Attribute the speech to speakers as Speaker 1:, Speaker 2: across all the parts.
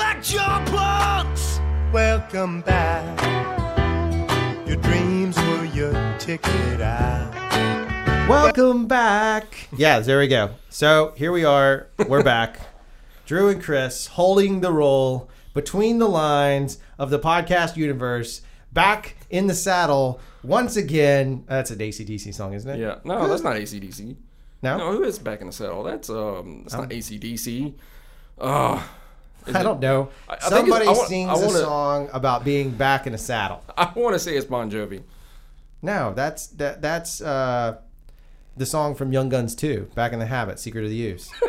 Speaker 1: at your books.
Speaker 2: Welcome back. Your dreams were your ticket out.
Speaker 3: Welcome back. Yeah, there we go. So here we are. We're back. Drew and Chris holding the role between the lines of the podcast universe, back in the saddle once again. Uh, That's an ACDC song, isn't it?
Speaker 4: Yeah. No, that's not ACDC.
Speaker 3: No?
Speaker 4: No, who is back in the saddle? That's um, that's not ACDC. Uh, is
Speaker 3: I
Speaker 4: it-
Speaker 3: don't know.
Speaker 4: I- I think it's-
Speaker 3: Somebody
Speaker 4: I wa-
Speaker 3: sings
Speaker 4: I wanna-
Speaker 3: a song about being back in a saddle.
Speaker 4: I want to say it's Bon Jovi.
Speaker 3: No, that's that that's uh, the song from Young Guns 2, Back in the Habit, Secret of the Use.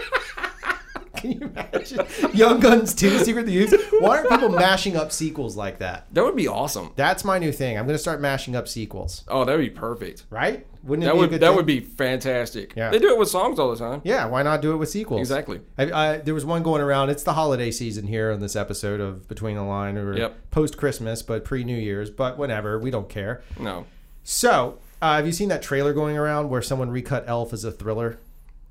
Speaker 3: Can you imagine? Young Guns 2, Secret of the Use? Why aren't people mashing up sequels like that?
Speaker 4: That would be awesome.
Speaker 3: That's my new thing. I'm going to start mashing up sequels,
Speaker 4: Oh, that would be perfect.
Speaker 3: right? Wouldn't it
Speaker 4: That
Speaker 3: be a
Speaker 4: would
Speaker 3: good
Speaker 4: that
Speaker 3: thing?
Speaker 4: would be fantastic.
Speaker 3: Yeah.
Speaker 4: They do it with songs all the time.
Speaker 3: Yeah, why not do it with sequels?
Speaker 4: Exactly.
Speaker 3: I, I, there was one going around. It's the holiday season here on this episode of Between the Line or
Speaker 4: Yep.
Speaker 3: post Christmas, but pre New Year's, but whatever. We don't care.
Speaker 4: No.
Speaker 3: So, uh, have you seen that trailer going around where someone recut Elf as a thriller?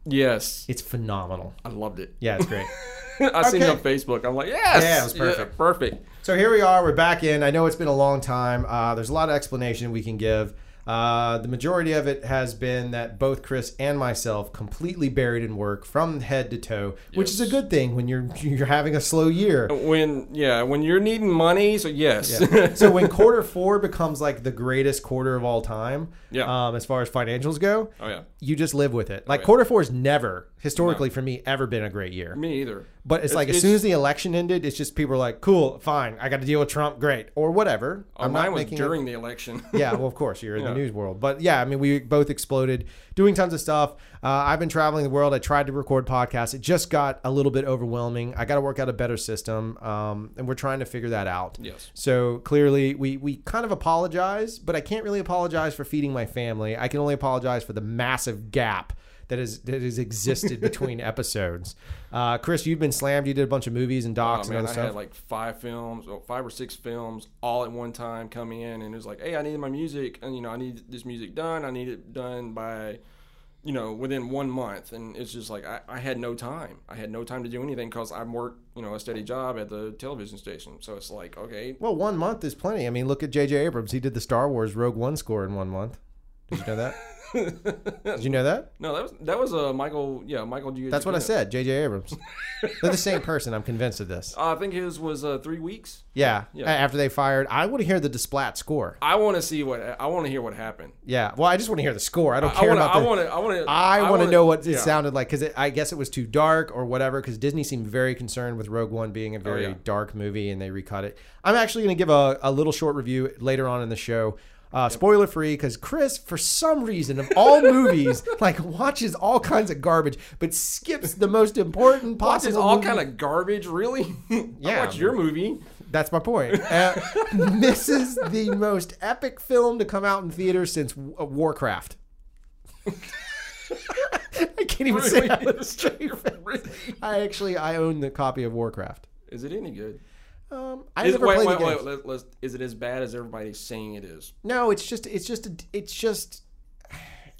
Speaker 4: Yes.
Speaker 3: It's phenomenal.
Speaker 4: I loved it.
Speaker 3: Yeah, it's great.
Speaker 4: I seen it on
Speaker 3: Okay.
Speaker 4: Facebook. I'm like, yes.
Speaker 3: Yeah, it was perfect.
Speaker 4: perfect.
Speaker 3: so here we are. We're back in. I know it's been a long time. Uh, there's a lot of explanation we can give. Uh, the majority of it has been that both Chris and myself completely buried in work from head to toe, which is a
Speaker 4: Yes. Oh.
Speaker 3: good thing when you're you're having a slow year.
Speaker 4: When yeah, when you're needing money, so yes.
Speaker 3: Yeah. so when quarter four becomes like the greatest quarter of all time,
Speaker 4: Yeah.
Speaker 3: um, as far as financials go,
Speaker 4: oh yeah. Oh,
Speaker 3: you just live with it. Like quarter four has never historically for me ever been a great year.
Speaker 4: Me either.
Speaker 3: But it's, like as
Speaker 4: it's-
Speaker 3: soon as the election ended, it's just people are like, "Cool, fine, I got to deal with Trump, great, or whatever."
Speaker 4: Oh, mine was
Speaker 3: making a-
Speaker 4: during the election.
Speaker 3: yeah, well, of course, you're in the
Speaker 4: Yeah.
Speaker 3: news world. But yeah, I mean, we both exploded doing tons of stuff. Uh, I've been traveling the world. I tried to record podcasts. It just got a little bit overwhelming. I got to work out a better system, um, and we're trying to figure that out.
Speaker 4: Yes.
Speaker 3: So clearly, we, we kind of apologize, but I can't really apologize for feeding my family. I can only apologize for the massive gap. That is that has existed between episodes. Uh, Chris, you've been slammed. You did a bunch of movies and
Speaker 4: Oh
Speaker 3: docs
Speaker 4: man,
Speaker 3: and
Speaker 4: I
Speaker 3: other stuff.
Speaker 4: had like five films, or five or six films, all at one time coming in, and it was like, hey, I need my music, and you know, I need this music done. I need it done by, you know, within one month, and it's just like I, I had no time. I had no time to do anything because I'm work, you know, a steady job at the television station. So it's like, okay,
Speaker 3: Well, one month is plenty. I mean, look at J.J. Abrams. He did the Star Wars Rogue One score in one month. Did you know that? did you know that?
Speaker 4: no, that was that was uh, Michael, yeah, Michael. Giacchino.
Speaker 3: That's what I said. J.J. Abrams. They're the same person. I'm convinced of this.
Speaker 4: Uh, I think his was uh, three weeks.
Speaker 3: Yeah.
Speaker 4: Yeah.
Speaker 3: A- After they fired, I want to hear the Desplat score.
Speaker 4: I want to see what I want to hear what happened.
Speaker 3: Yeah. Well, I just want to hear the score. I don't
Speaker 4: I
Speaker 3: care
Speaker 4: want to.
Speaker 3: about
Speaker 4: I
Speaker 3: the.
Speaker 4: want to. I want to.
Speaker 3: I want to know what it
Speaker 4: yeah.
Speaker 3: sounded like because I guess it was too dark or whatever. Because Disney seemed very concerned with Rogue One being a very
Speaker 4: Oh, yeah.
Speaker 3: dark movie, and they recut it. I'm actually going to give a, a little short review later on in the show, uh, spoiler free, because Chris, for some reason, of all movies, like watches all kinds of garbage, but skips the most important
Speaker 4: Watches
Speaker 3: possible.
Speaker 4: all
Speaker 3: movie.
Speaker 4: kind of garbage, really?
Speaker 3: Yeah.
Speaker 4: I watched your movie.
Speaker 3: That's my point. Uh, this is the most epic film to come out in theaters since uh, Warcraft. I can't even say that with a straight face. I actually I own the copy of Warcraft.
Speaker 4: Is it any good?
Speaker 3: Um, I
Speaker 4: Is,
Speaker 3: never
Speaker 4: wait,
Speaker 3: played
Speaker 4: wait,
Speaker 3: the
Speaker 4: wait,
Speaker 3: game.
Speaker 4: let- let's- is it as bad as everybody's saying it is?
Speaker 3: No, it's just it's just a, it's just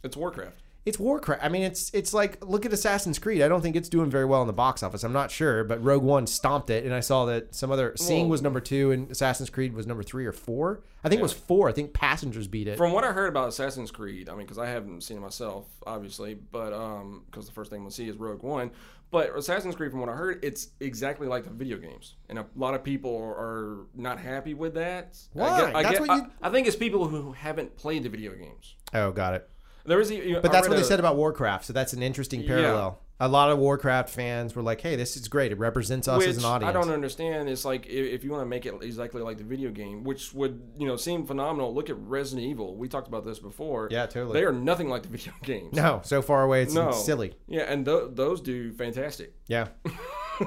Speaker 4: It's Warcraft.
Speaker 3: it's Warcraft. I mean, it's it's like look at Assassin's Creed. I don't think it's doing very well in the box office. I'm not sure, but Rogue One stomped it, and I saw that some other Sing was number two, and Assassin's Creed was number three or four. I think it was four. I think Passengers beat it.
Speaker 4: From what I heard about Assassin's Creed, I mean, because I haven't seen it myself, obviously, but um, because the first thing we'll see is Rogue One. But Assassin's Creed, from what I heard, it's exactly like the video games, and a lot of people are not happy with that.
Speaker 3: Why?
Speaker 4: I, get- I,
Speaker 3: That's
Speaker 4: get-
Speaker 3: what you-
Speaker 4: I, I think it's people who haven't played the video games.
Speaker 3: oh, got it.
Speaker 4: There is, e, a,
Speaker 3: But that's what they said about Warcraft. So that's an interesting parallel. A lot of Warcraft fans were like, "Hey, this is great. It represents us as an audience."
Speaker 4: I don't understand. It's like if, if you want to make it exactly like the video game, which would you know seem phenomenal. Look at Resident Evil. We talked about this before.
Speaker 3: Yeah, totally.
Speaker 4: They are nothing like the video games.
Speaker 3: No, so far away, it's
Speaker 4: No.
Speaker 3: it's silly.
Speaker 4: Yeah, and th- those do fantastic.
Speaker 3: Yeah.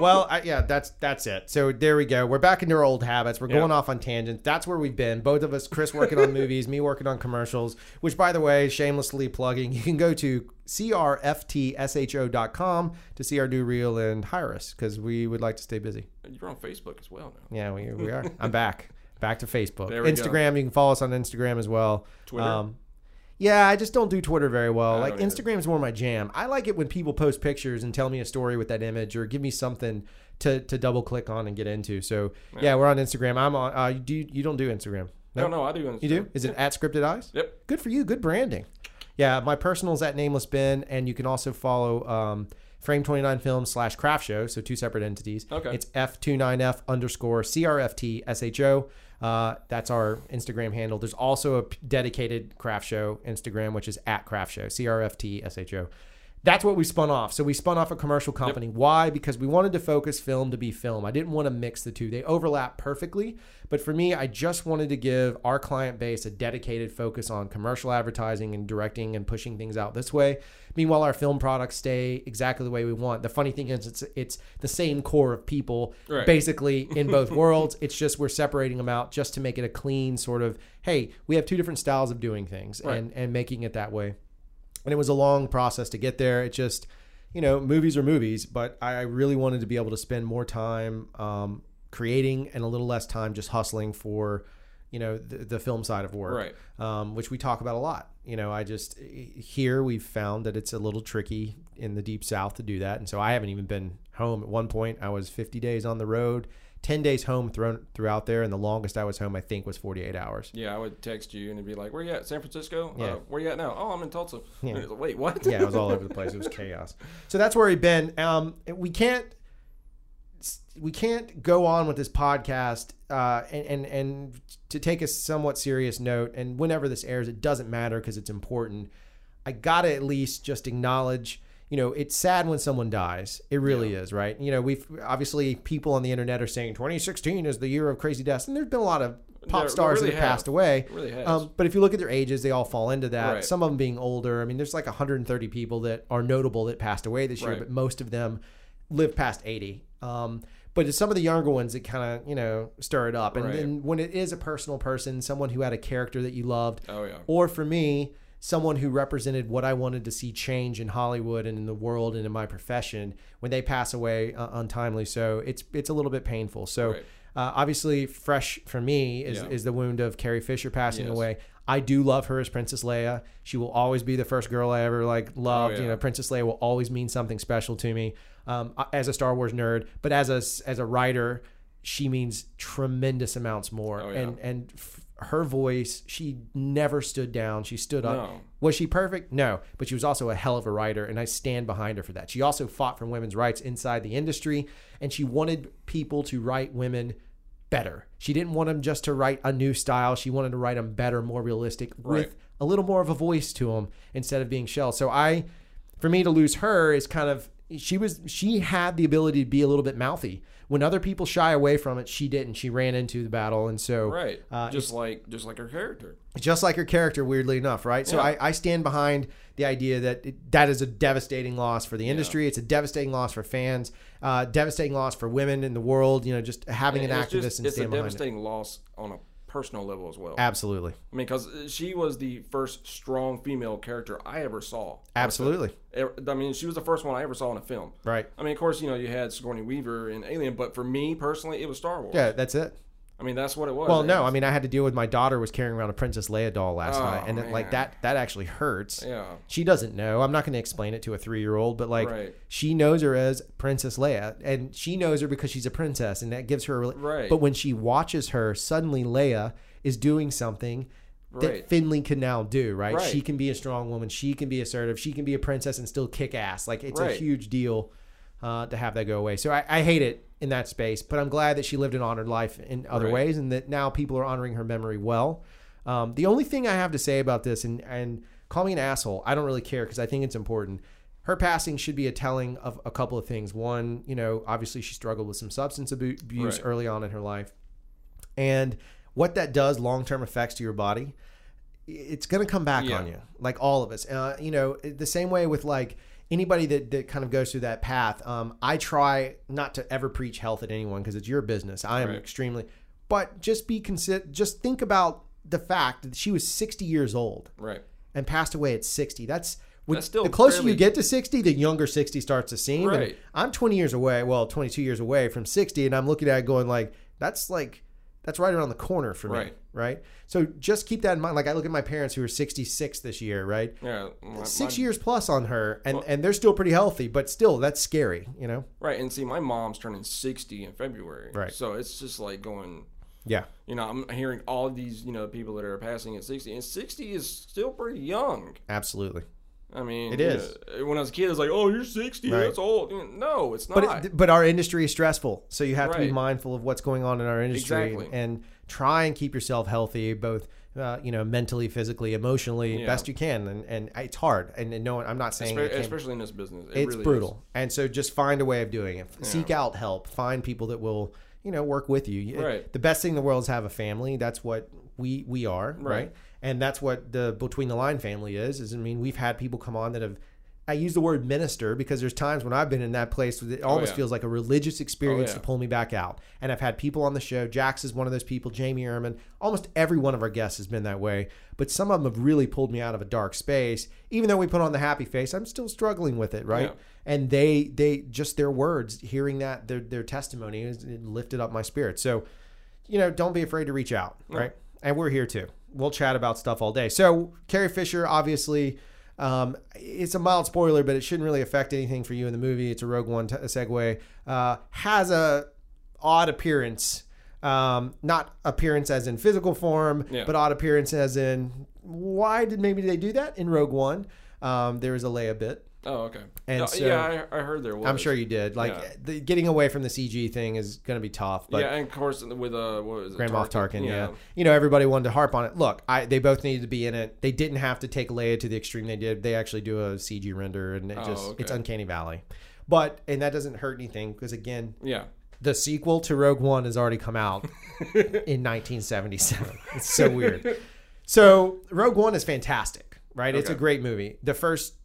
Speaker 3: well, I, yeah, that's that's it. So there we go. We're back into our old habits. We're going
Speaker 4: Yeah.
Speaker 3: off on tangents. That's where we've been. Both of us, Chris working on movies, me working on commercials. Which, by the way, shamelessly plugging, you can go to crftSHO.com to see our new reel and hire us because we would like to stay busy.
Speaker 4: You're on Facebook as well now.
Speaker 3: Yeah, we, we are. I'm back. Back to Facebook.
Speaker 4: There we go.
Speaker 3: Instagram, you can follow us on Instagram as well. Um,
Speaker 4: Twitter?
Speaker 3: Yeah, I just don't do Twitter very well.
Speaker 4: I
Speaker 3: like
Speaker 4: don't either.
Speaker 3: Instagram is more my jam. I like it when people post pictures and tell me a story with that image or give me something to, to double click on and get into. So yeah, we're on Instagram. I'm on. Uh, you do you don't do Instagram?
Speaker 4: No, no, I do. Understand.
Speaker 3: You do? Is it at Scripted Eyes?
Speaker 4: Yep.
Speaker 3: Good for you. Good branding. Yeah, my personal is at Nameless Ben, and you can also follow um, Frame29 Films slash Craft Show, so two separate entities.
Speaker 4: Okay.
Speaker 3: It's F29F underscore CRFTSHO. Uh, that's our Instagram handle. There's also a p- dedicated Craft Show Instagram, which is at Craft Show, CRFTSHO. That's what we spun off. So we spun off a commercial company. Why? Because we wanted to focus film to be film. I didn't want to mix the two. They overlap perfectly. But for me, I just wanted to give our client base a dedicated focus on commercial advertising and directing and pushing things out this way. Meanwhile, our film products stay exactly the way we want. The funny thing is, it's it's the same core of people,
Speaker 4: Right.
Speaker 3: basically in both worlds. It's just we're separating them out just to make it a clean sort of. Hey, we have two different styles of doing things, and and making it that way and it was a long process to get there. It just, you know, movies are movies, but I I really wanted to be able to spend more time um, creating and a little less time just hustling for, you know, the, the film side of work,
Speaker 4: Right.
Speaker 3: um, which we talk about a lot. You know, I just here we've found that it's a little tricky in the deep south to do that, and so I haven't even been home. At one point, I was 50 days on the road, 10 days home thrown throughout there, and the longest I was home, I think, was 48 hours.
Speaker 4: Yeah, I would text you and it'd be like, "Where you at? San Francisco?
Speaker 3: Yeah.
Speaker 4: Uh, where you at now? Oh, I'm in Tulsa.
Speaker 3: Yeah.
Speaker 4: It's like, Wait, what?
Speaker 3: yeah, it was all over the place. It was chaos. So that's where we've been. Um, we can't we can't go on with this podcast uh, and, and and to take a somewhat serious note. And whenever this airs, it doesn't matter because it's important. I gotta at least just acknowledge. You know, it's sad when someone dies. It really is, right? You know, we've obviously people on the internet are saying 2016 is the year of crazy deaths, and there's been a lot of pop
Speaker 4: There
Speaker 3: stars
Speaker 4: really
Speaker 3: that have
Speaker 4: have.
Speaker 3: passed away.
Speaker 4: Really has.
Speaker 3: Um, but if you look at their ages, they all fall into that.
Speaker 4: Right.
Speaker 3: Some of them being older. I mean, there's like 130 people that are notable that passed away this year,
Speaker 4: Right.
Speaker 3: but most of them live past 80. Um, but it's some of the younger ones that kind of you know stir it up. And
Speaker 4: Right.
Speaker 3: then when it is a personal person, someone who had a character that you loved,
Speaker 4: Oh yeah.
Speaker 3: or for me, someone who represented what I wanted to see change in Hollywood and in the world and in my profession when they pass away uh, untimely. So it's it's a little bit painful. So
Speaker 4: Right.
Speaker 3: uh, obviously, fresh for me is,
Speaker 4: Yeah.
Speaker 3: is the wound of Carrie Fisher passing
Speaker 4: Yes.
Speaker 3: away. I do love her as Princess Leia. She will always be the first girl I ever like loved.
Speaker 4: Oh, yeah.
Speaker 3: You know, Princess Leia will always mean something special to me um, as a Star Wars nerd. But as a as a writer, she means tremendous amounts more.
Speaker 4: Oh, yeah.
Speaker 3: And and f- her voice, she never stood down. She stood up.
Speaker 4: No.
Speaker 3: Was she perfect? No, but she was also a hell of a writer, and I stand behind her for that. She also fought for women's rights inside the industry, and she wanted people to write women better. She didn't want them just to write a new style. She wanted to write them better, more realistic,
Speaker 4: Right.
Speaker 3: with a little more of a voice to them instead of being shelled. So I, for me to lose her is kind of she was she had the ability to be a little bit mouthy when other people shy away from it. She didn't. She ran into the battle, and so
Speaker 4: Right.
Speaker 3: uh,
Speaker 4: just like just like her character.
Speaker 3: just like her character, weirdly enough, right? So
Speaker 4: Yeah.
Speaker 3: I, I stand behind the idea that it, that is a devastating loss for the industry. It's a devastating loss for fans, uh, devastating loss for women in the world. You know, just having an
Speaker 4: it's
Speaker 3: activist
Speaker 4: just,
Speaker 3: and
Speaker 4: it's a
Speaker 3: stand behind it.
Speaker 4: devastating loss on a personal level as well.
Speaker 3: Absolutely,
Speaker 4: I mean, because she was the first strong female character I ever saw. E,
Speaker 3: absolutely,
Speaker 4: I mean, she was the first one I ever saw in a film.
Speaker 3: right?
Speaker 4: I mean, of course, you know, you had Sigourney Weaver in Alien, but for me personally, it was Star Wars.
Speaker 3: Yeah, that's it.
Speaker 4: I mean, that's what it was.
Speaker 3: Well,
Speaker 4: It
Speaker 3: no,
Speaker 4: was-
Speaker 3: I mean, I had to deal with my daughter was carrying around a Princess Leia doll last
Speaker 4: Oh,
Speaker 3: night, and it, like
Speaker 4: man.
Speaker 3: that that actually hurts.
Speaker 4: Yeah.
Speaker 3: She doesn't know. I'm not going to explain it to a three year old, but like
Speaker 4: Right.
Speaker 3: she knows her as Princess Leia, and she knows her because she's a princess, and that gives her a rela-
Speaker 4: Right.
Speaker 3: But when she watches her, suddenly Leia is doing something. That
Speaker 4: Right.
Speaker 3: Finley can now do, right?
Speaker 4: Right.
Speaker 3: She can be a strong woman. She can be assertive. She can be a princess and still kick ass. Like it's a
Speaker 4: Right.
Speaker 3: huge deal uh, to have that go away. So I, I hate it in that space, but I'm glad that she lived an honored life in other
Speaker 4: Right.
Speaker 3: ways and that now people are honoring her memory well. Um, the only thing I have to say about this, and, and call me an asshole, I don't really care because I think it's important. Her passing should be a telling of a couple of things. One, you know, obviously she struggled with some substance abu- abuse
Speaker 4: Right.
Speaker 3: early on in her life and what that does long term effects to your body it's going to come back
Speaker 4: Yeah.
Speaker 3: on you like all of us uh, you know the same way with like anybody that, that kind of goes through that path um, i try not to ever preach health at anyone because it's your business i am
Speaker 4: Right.
Speaker 3: extremely but just be consider just think about the fact that she was 60 years old
Speaker 4: Right.
Speaker 3: and passed away at 60. That's, with,
Speaker 4: That's still
Speaker 3: the closer you
Speaker 4: fairly-
Speaker 3: get to 60, the younger 60 starts to seem. And
Speaker 4: Right.
Speaker 3: I'm 20 years away, well, 22 years away from 60, and I'm looking at it going like, that's like that's right around the corner for me,
Speaker 4: Right.
Speaker 3: right? So just keep that in mind. Like I look at my parents who are 66 this year, right?
Speaker 4: Yeah, my-
Speaker 3: Six
Speaker 4: my-
Speaker 3: years plus on her, and, and they're still pretty healthy, but still, that's scary, you know?
Speaker 4: Right, and see, my mom's turning sixty in February.
Speaker 3: Right.
Speaker 4: so it's just like going.
Speaker 3: Yeah.
Speaker 4: You know, I'm hearing all these you know people that are passing at sixty, and sixty is still pretty young.
Speaker 3: Absolutely.
Speaker 4: I mean,
Speaker 3: It
Speaker 4: you
Speaker 3: is.
Speaker 4: know, when I was a kid, I was like, "Oh, you're sixty.
Speaker 3: Right.
Speaker 4: That's old." No, it's not.
Speaker 3: But it, but our industry is stressful, so you have to be
Speaker 4: Right.
Speaker 3: mindful of what's going on in our industry
Speaker 4: Exactly.
Speaker 3: and try and keep yourself healthy, both uh, you know mentally, physically, emotionally,
Speaker 4: Yeah.
Speaker 3: best you can. And and it's hard. And, and no, one- I'm not saying
Speaker 4: Espe-
Speaker 3: it can't be-
Speaker 4: especially in this business, it
Speaker 3: it's
Speaker 4: really is.
Speaker 3: brutal. And so just find a way of doing it. Seek out help. Find people that will, you know, work with you. You-
Speaker 4: Right.
Speaker 3: The best thing in the world is have a family. That's what we we are, right?
Speaker 4: Right.
Speaker 3: And that's what the between the line family is. Is I mean, we've had people come on that have I use the word minister because there's times when I've been in that place that it almost
Speaker 4: Oh, yeah. Oh,
Speaker 3: feels like a religious experience
Speaker 4: yeah.
Speaker 3: to pull me back out. And I've had people on the show. Jax is one of those people. Jamie Ehrman. Almost every one of our guests has been that way. But some of them have really pulled me out of a dark space. Even though we put on the happy face, I'm still struggling with it, right?
Speaker 4: Yeah.
Speaker 3: and they they just their words hearing that their their testimony is, it lifted up my spirit so you know don't be afraid to reach out right and we're here too we'll chat about stuff all day so carrie fisher obviously um, it's a mild spoiler but it shouldn't really affect anything for you in the movie it's a rogue one t- segue uh, has a odd appearance um, not appearance as in physical form
Speaker 4: Yeah.
Speaker 3: but odd appearance as in why did maybe they do that in rogue one um, there was a leia bit
Speaker 4: Oh, okay.
Speaker 3: And
Speaker 4: No,
Speaker 3: so-
Speaker 4: yeah, I, I heard there was.
Speaker 3: I'm sure you did. Like
Speaker 4: Yeah.
Speaker 3: the, getting away from the CG thing is going to be tough. But
Speaker 4: yeah, and of course with uh, what was it?
Speaker 3: Grand Moff Tarkin, yeah. you know everybody wanted to harp on it. Look, I they both needed to be in it. They didn't have to take Leia to the extreme. They did. They actually do a CG render, and it
Speaker 4: Oh,
Speaker 3: just
Speaker 4: okay.
Speaker 3: it's uncanny valley. But and that doesn't hurt anything because again,
Speaker 4: yeah.
Speaker 3: the sequel to Rogue One has already come out in 1977. It's so weird. So Rogue One is fantastic, right? It's a
Speaker 4: Okay.
Speaker 3: great movie. The first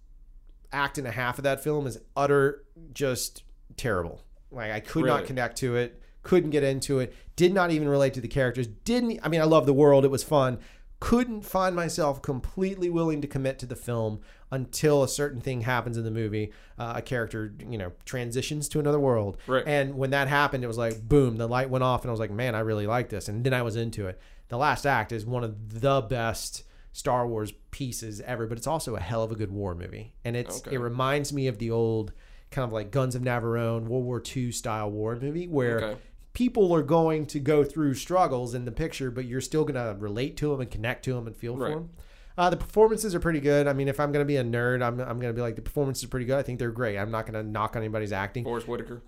Speaker 3: act and a half of that film is utter just terrible. Like I could not
Speaker 4: Really?
Speaker 3: connect to it, couldn't get into it, did not even relate to the characters. Didn't e, I mean I love the world, it was fun. Couldn't find myself completely willing to commit to the film until a certain thing happens in the movie. Uh, a character, you know, transitions to another world.
Speaker 4: Right.
Speaker 3: And when that happened, it was like boom, the light went off, and I was like, man, I really like this. And then I was into it. The last act is one of the best Star Wars pieces ever, but it's also a hell of a good war movie. And it's
Speaker 4: Okay.
Speaker 3: it reminds me of the old kind of like Guns of Navarone, World War II style war movie where
Speaker 4: Okay.
Speaker 3: people are going to go through struggles in the picture, but you're still going to relate to them and connect to them and feel for
Speaker 4: Right.
Speaker 3: them. Uh, the performances are pretty good. I mean, if I'm going to be a nerd, I'm, I'm going to be like, the performances are pretty good. I think they're great. I'm not going to knock on anybody's acting.
Speaker 4: Forrest Whitaker.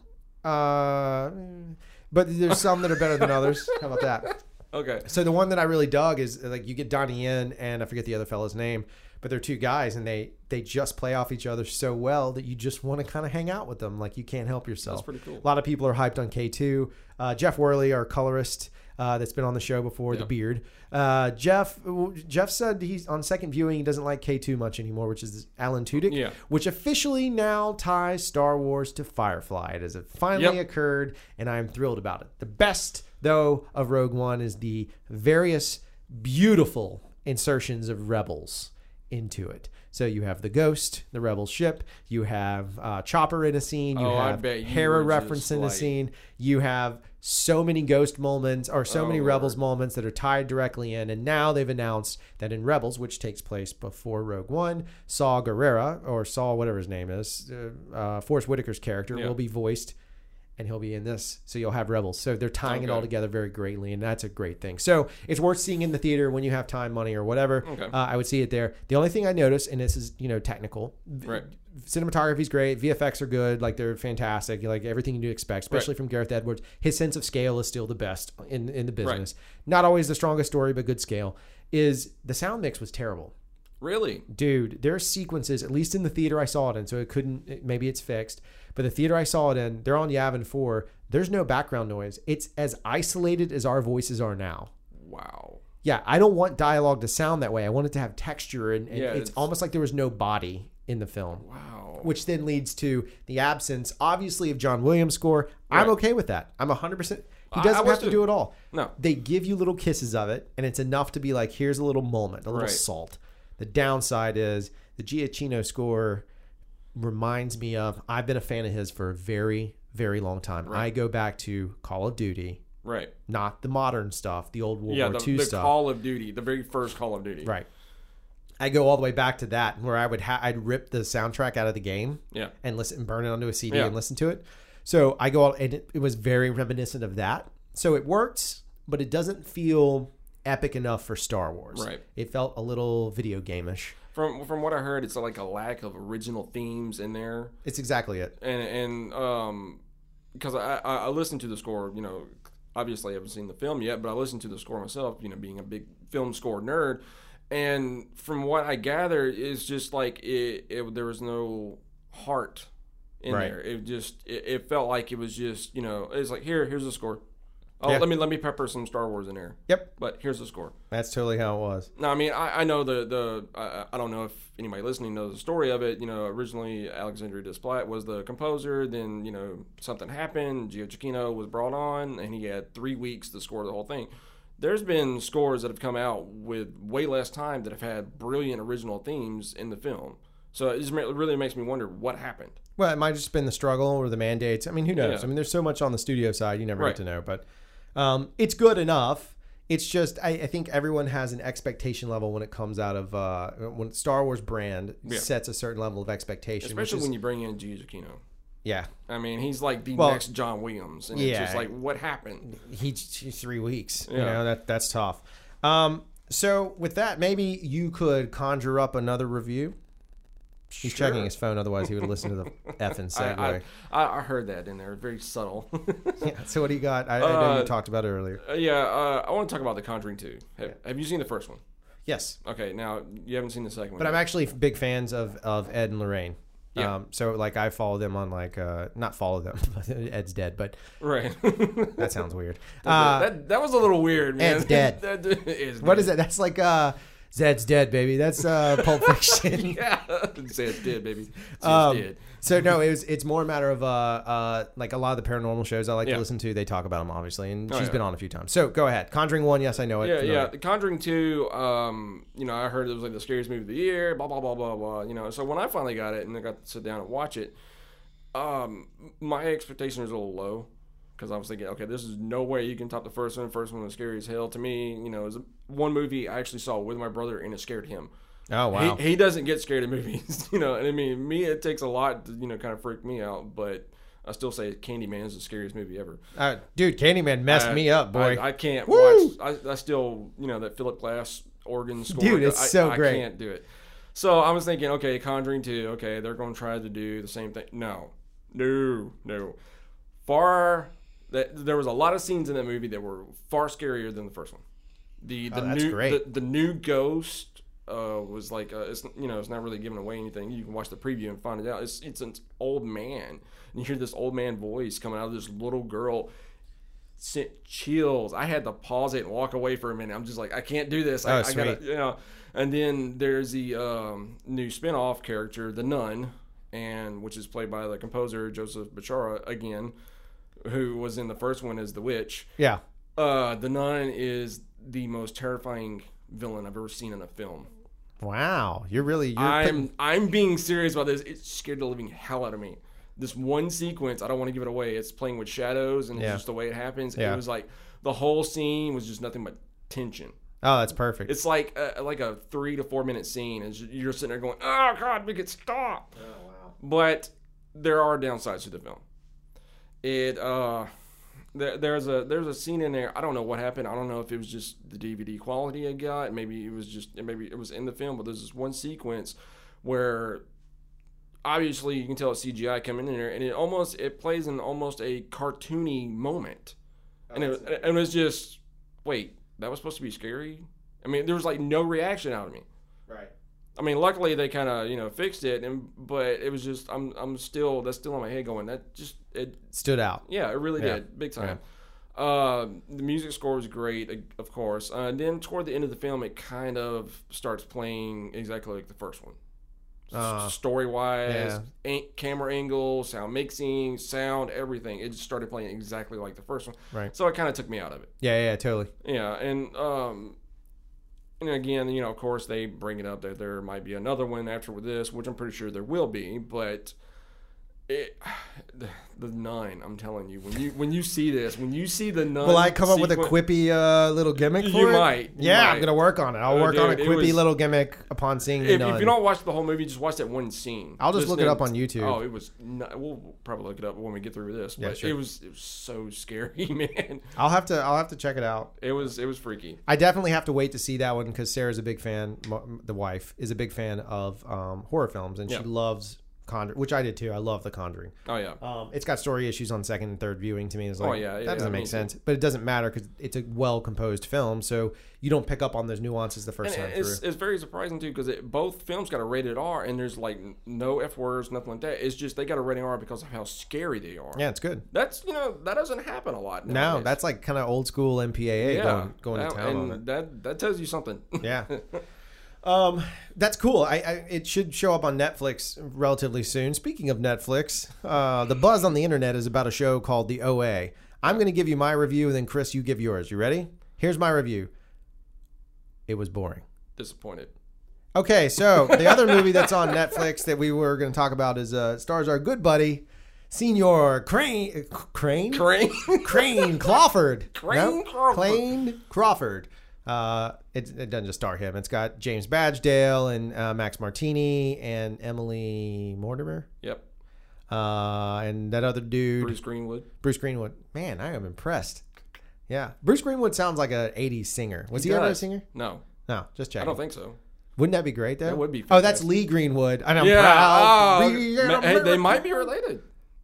Speaker 3: Uh, but there's some that are better than others. How about that?
Speaker 4: Okay.
Speaker 3: So the one that I really dug is like you get Donnie Yen and I forget the other fellow's name, but they're two guys and they they just play off each other so well that you just want to kind of hang out with them. Like you can't help yourself.
Speaker 4: That's pretty cool.
Speaker 3: A lot of people are hyped on K two. Uh, Jeff Worley, our colorist. Uh, that's been on the show before the beard. Uh, Jeff Jeff said he's on second viewing he doesn't like K two much anymore, which is Alan Tudyk,
Speaker 4: Yeah.
Speaker 3: which officially now ties Star Wars to Firefly. It is a finally
Speaker 4: Yep.
Speaker 3: occurred, and I am thrilled about it. The best, though, of Rogue One is the various beautiful insertions of rebels into it. So you have the ghost, the rebel ship. You have uh, Chopper in a scene. You
Speaker 4: Oh, I
Speaker 3: have
Speaker 4: bet you
Speaker 3: Hera
Speaker 4: were
Speaker 3: reference
Speaker 4: just
Speaker 3: in a
Speaker 4: like-
Speaker 3: scene. You have so many ghost moments or so many
Speaker 4: Oh, Lord.
Speaker 3: rebels moments that are tied directly in. And now they've announced that in Rebels, which takes place before Rogue One, Saul Guerrera or Saul whatever his name is, uh, uh, Forrest Whitaker's character
Speaker 4: Yeah.
Speaker 3: will be voiced and he'll be in this. So you'll have Rebels. So they're tying it
Speaker 4: Okay.
Speaker 3: all together very greatly, and that's a great thing. So it's worth seeing in the theater when you have time, money, or whatever.
Speaker 4: Okay.
Speaker 3: Uh, I would see it there. The only thing I noticed, and this is you know technical, v-
Speaker 4: Right.
Speaker 3: Cinematography's great. VFX are good. Like they're fantastic. Like everything you expect, especially from Gareth Edwards. His sense of scale is still the best in in the business. Not always the strongest story, but good scale. Is the sound mix was terrible
Speaker 4: Really?
Speaker 3: dude there are sequences at least in the theater i saw it in so it couldn't it- maybe it's fixed but the theater i saw it in they're on yavin 4 there's no background noise it's as isolated as our voices are now
Speaker 4: Wow.
Speaker 3: yeah i don't want dialogue to sound that way i want it to have texture and, and
Speaker 4: Yeah,
Speaker 3: it's,
Speaker 4: it's-
Speaker 3: almost like there was no body in the film
Speaker 4: Wow.
Speaker 3: which then leads to the absence obviously of john williams score i'm
Speaker 4: Right.
Speaker 3: okay with that i'm 100% he
Speaker 4: I- I
Speaker 3: doesn't
Speaker 4: was
Speaker 3: have to
Speaker 4: too.
Speaker 3: do it all
Speaker 4: No.
Speaker 3: they give you little kisses of it, and it's enough to be like, here's a little moment, a little
Speaker 4: Right.
Speaker 3: salt. The downside is the Giacchino score reminds me of I've been a fan of his for a very, very long time. I go back to Call of Duty,
Speaker 4: Right.
Speaker 3: not the modern stuff, the old World
Speaker 4: Yeah.
Speaker 3: War
Speaker 4: The,
Speaker 3: II
Speaker 4: the
Speaker 3: stuff.
Speaker 4: Call of Duty, the very first Call of Duty.
Speaker 3: Right. I go all the way back to that, where I would ha- I'd rip the soundtrack out of the game
Speaker 4: Yeah.
Speaker 3: and listen, burn it onto a CD
Speaker 4: Yeah.
Speaker 3: and listen to it. So I go out, and it, it was very reminiscent of that. So it worked, but it doesn't feel epic enough for Star Wars.
Speaker 4: Right.
Speaker 3: It felt a little video gameish.
Speaker 4: From from what I heard, it's like a lack of original themes in there.
Speaker 3: It's exactly it.
Speaker 4: and and um because I, I I listened to the score you know obviously I haven't seen the film yet but I listened to the score myself you know being a big film score nerd and from what I gather it's just like it, it there was no heart in
Speaker 3: Right.
Speaker 4: there it just it, it felt like it was just you know it's like here here's the score oh
Speaker 3: Yeah.
Speaker 4: let me let me pepper some Star Wars in there
Speaker 3: Yep.
Speaker 4: but here's the score
Speaker 3: That's totally how it was.
Speaker 4: no, I mean, I, I know the the I, I don't know if anybody listening knows the story of it. You know, originally Alexandre Desplat was the composer. Then you know something happened. Gio Chicchino was brought on, and he had three weeks to score the whole thing. There's been scores that have come out with way less time that have had brilliant original themes in the film. So it just ma- really makes me wonder what happened.
Speaker 3: Well, it might just been the struggle or the mandates. I mean, who knows?
Speaker 4: Yeah.
Speaker 3: I mean, there's so much on the studio side you never
Speaker 4: Right.
Speaker 3: get to know, but um, it's good enough. It's just I, I think everyone has an expectation level when it comes out of uh, when Star Wars brand sets a certain level of expectation,
Speaker 4: Especially
Speaker 3: which is,
Speaker 4: when you bring in Gio Chicchino.
Speaker 3: yeah,
Speaker 4: I mean, he's like the
Speaker 3: Well,
Speaker 4: next John Williams, and it's
Speaker 3: yeah.
Speaker 4: just like what happened.
Speaker 3: he he's three weeks. You
Speaker 4: Yeah.
Speaker 3: know that that's tough. Um, so with that, maybe you could conjure up another review. He's checking his phone, otherwise he would listen to the effing segue.
Speaker 4: I, I, I heard that in there, very subtle.
Speaker 3: Yeah, so what do you got? I, I know you
Speaker 4: Uh,
Speaker 3: talked about it earlier.
Speaker 4: Uh, yeah, uh, I want to talk about The Conjuring 2. Have, have you seen the first one?
Speaker 3: Yes.
Speaker 4: Okay, now you haven't seen the second one.
Speaker 3: But I'm
Speaker 4: yet.
Speaker 3: actually big fans of, of Ed and Lorraine.
Speaker 4: Yeah.
Speaker 3: Um, so like I follow them on like uh, not follow them. Ed's dead, but
Speaker 4: right.
Speaker 3: that sounds weird. Uh,
Speaker 4: that that was a little weird, man.
Speaker 3: Ed's dead.
Speaker 4: that is
Speaker 3: what is that? That's like uh, Zed's dead, baby. That's uh, Pulp Fiction.
Speaker 4: Yeah, say it's dead, baby. Say it's
Speaker 3: Um,
Speaker 4: dead.
Speaker 3: so no, it was, it's more a matter of uh, uh, like a lot of the paranormal shows I like
Speaker 4: Yeah. Oh,
Speaker 3: to listen to. They talk about them obviously, and she's
Speaker 4: yeah.
Speaker 3: been on a few times. So go ahead, Conjuring One. Yes, I know it.
Speaker 4: Yeah,
Speaker 3: Familiar.
Speaker 4: yeah. The Conjuring 2, um, you know, I heard it was like the scariest movie of the year, blah, blah, blah, blah, blah. You know, so when I finally got it and I got to sit down and watch it, um, my expectation was a little low because I was thinking, okay, this is no way you can top the first one. first one was scary as hell to me. You know, it was one movie I actually saw with my brother and it scared him.
Speaker 3: Oh wow.
Speaker 4: He, he doesn't get scared of movies, you know. And I mean, me, it takes a lot to, you know, kind of freak me out. But I still say Candyman is the scariest movie ever.
Speaker 3: Uh, dude, Candyman messed
Speaker 4: I-
Speaker 3: me up, boy.
Speaker 4: Uh, I, I can't
Speaker 3: Woo!
Speaker 4: watch. I, I still, you know, that Philip Glass organ score.
Speaker 3: Dude, it's
Speaker 4: I,
Speaker 3: so
Speaker 4: I
Speaker 3: great.
Speaker 4: can't do it. So I was thinking, okay, Conjuring 2, okay, they're going to try to do the same thing. No, no, no. Far, that, there was a lot of scenes in that movie that were far scarier than the first one. The the
Speaker 3: Oh, that's
Speaker 4: new
Speaker 3: great.
Speaker 4: The, the new ghost uh, was like uh, it's you know it's not really giving away anything. You can watch the preview and find it out. It's it's an old man, and you hear this old man voice coming out of this little girl. Sent chills. I had to pause it and walk away for a minute. I'm just like, I can't do this. I,
Speaker 3: Oh,
Speaker 4: I gotta,
Speaker 3: sweet.
Speaker 4: you know. And then there's the um, new spin-off character, the nun, and which is played by the composer Joseph Bachara again, who was in the first one as the witch.
Speaker 3: yeah.
Speaker 4: Uh, the Nun is the most terrifying villain I've ever seen in a film.
Speaker 3: Wow. You're really you're putting-
Speaker 4: I'm I'm being serious about this. It scared the living hell out of me. This one sequence, I don't want to give it away. It's playing with shadows and
Speaker 3: Yeah.
Speaker 4: it's just the way it happens.
Speaker 3: Yeah.
Speaker 4: It was like the whole scene was just nothing but tension.
Speaker 3: Oh, that's perfect.
Speaker 4: It's like a, like a three to four minute scene, and you're sitting there going, "Oh God, we could stop." But there are downsides to the film. It uh, there, there's a there's a scene in there. I don't know what happened. I don't know if it was just the DVD quality I got. Maybe it was just maybe it was in the film. But there's this one sequence where obviously you can tell it's CGI coming in there, and it almost it plays in almost a cartoony moment, and it, and it was just wait that was supposed to be scary. I mean, there was like no reaction out of me.
Speaker 3: right.
Speaker 4: I mean, luckily they kind of you know fixed it, and but it was just I'm I'm still that's still in my head going that just it
Speaker 3: Stood out.
Speaker 4: yeah it really
Speaker 3: Yeah.
Speaker 4: did big time. Uh, the music score was great, uh, of course. Uh, and then toward the end of the film, it kind of starts playing exactly like the first one.
Speaker 3: Uh,
Speaker 4: Story wise,
Speaker 3: yeah.
Speaker 4: camera angle, sound mixing, sound, everything. It just started playing exactly like the first one.
Speaker 3: Right.
Speaker 4: So it kind of took me out of it.
Speaker 3: Yeah, yeah, yeah, totally.
Speaker 4: Yeah, and um, and again, you know, of course, they bring it up that there might be another one after with this, which I'm pretty sure there will be, but It, the, the nine, I'm telling you, when you when you see this, when you see the nine,
Speaker 3: Will I come up with a
Speaker 4: sequence-
Speaker 3: quippy uh, little gimmick?
Speaker 4: You
Speaker 3: for it?
Speaker 4: might, you
Speaker 3: yeah, I'm
Speaker 4: might.
Speaker 3: gonna work on it. I'll
Speaker 4: Oh,
Speaker 3: work on a
Speaker 4: dude, it
Speaker 3: quippy
Speaker 4: was-
Speaker 3: little gimmick upon seeing the
Speaker 4: If,
Speaker 3: nun.
Speaker 4: if you don't watch the whole movie, just watch that one scene.
Speaker 3: I'll just look it
Speaker 4: then-
Speaker 3: up on YouTube.
Speaker 4: Oh, it was. Not, we'll probably look it up when we get through this. But
Speaker 3: sure.
Speaker 4: it was it was so scary, man.
Speaker 3: I'll have to. I'll have to check it out.
Speaker 4: It was it was freaky.
Speaker 3: I definitely have to wait to see that one because Sarah's a big fan. m- The wife is a big fan of um, horror films, and
Speaker 4: Yeah.
Speaker 3: she loves Conjuring, which I did too. I love The Conjuring.
Speaker 4: Oh yeah,
Speaker 3: Um, it's got story issues on second and third viewing to me. It's like,
Speaker 4: Oh, yeah,
Speaker 3: that
Speaker 4: yeah,
Speaker 3: doesn't
Speaker 4: me
Speaker 3: make
Speaker 4: too.
Speaker 3: sense, but it doesn't matter because it's a well composed film, so you don't pick up on those nuances the first
Speaker 4: and
Speaker 3: time
Speaker 4: Eh, it's
Speaker 3: through.
Speaker 4: it's very surprising too because both films got a rated R, and there's like no f words, nothing like that. It's just they got a rated R because of how scary they are.
Speaker 3: Yeah, it's good.
Speaker 4: That's you know that doesn't happen a lot.
Speaker 3: No,
Speaker 4: nowadays.
Speaker 3: that's like kind of old school MPAA going, going
Speaker 4: that-
Speaker 3: to town on
Speaker 4: and
Speaker 3: it.
Speaker 4: that that tells you something.
Speaker 3: Yeah. Um, that's cool. I, I it should show up on Netflix relatively soon. Speaking of Netflix, uh, the buzz on the internet is about a show called The OA. I'm going to give you my review, and then Chris, you give yours. You ready? Here's my review. It was boring.
Speaker 4: Disappointed.
Speaker 3: Okay, so the other movie that's on Netflix that we were going to talk about is uh, stars our good buddy, Senior Crane, Crane,
Speaker 4: Crane.
Speaker 3: Crane Crawford.
Speaker 4: Crane Crawford.
Speaker 3: Crane Crawford. Uh, it, it doesn't just star him. It's got James Badgedale and uh, Max Martini and Emily Mortimer
Speaker 4: yep.
Speaker 3: uh, and that other dude,
Speaker 4: Bruce
Speaker 3: Bruce.
Speaker 4: Greenwood.
Speaker 3: Greenwood. Man, I am impressed. Yeah, Bruce Greenwood sounds like a '80s singer. Was he, ever a
Speaker 4: Does.
Speaker 3: singer?
Speaker 4: No,
Speaker 3: No, just
Speaker 4: I
Speaker 3: checking.
Speaker 4: don't think so.
Speaker 3: Wouldn't that be great though?
Speaker 4: That would be
Speaker 3: Oh, that's
Speaker 4: fantastic.
Speaker 3: Lee Greenwood, and I'm
Speaker 4: Yeah.
Speaker 3: proud. to
Speaker 4: oh,
Speaker 3: be
Speaker 4: ma-
Speaker 3: an
Speaker 4: hey, they
Speaker 3: American.
Speaker 4: might be related.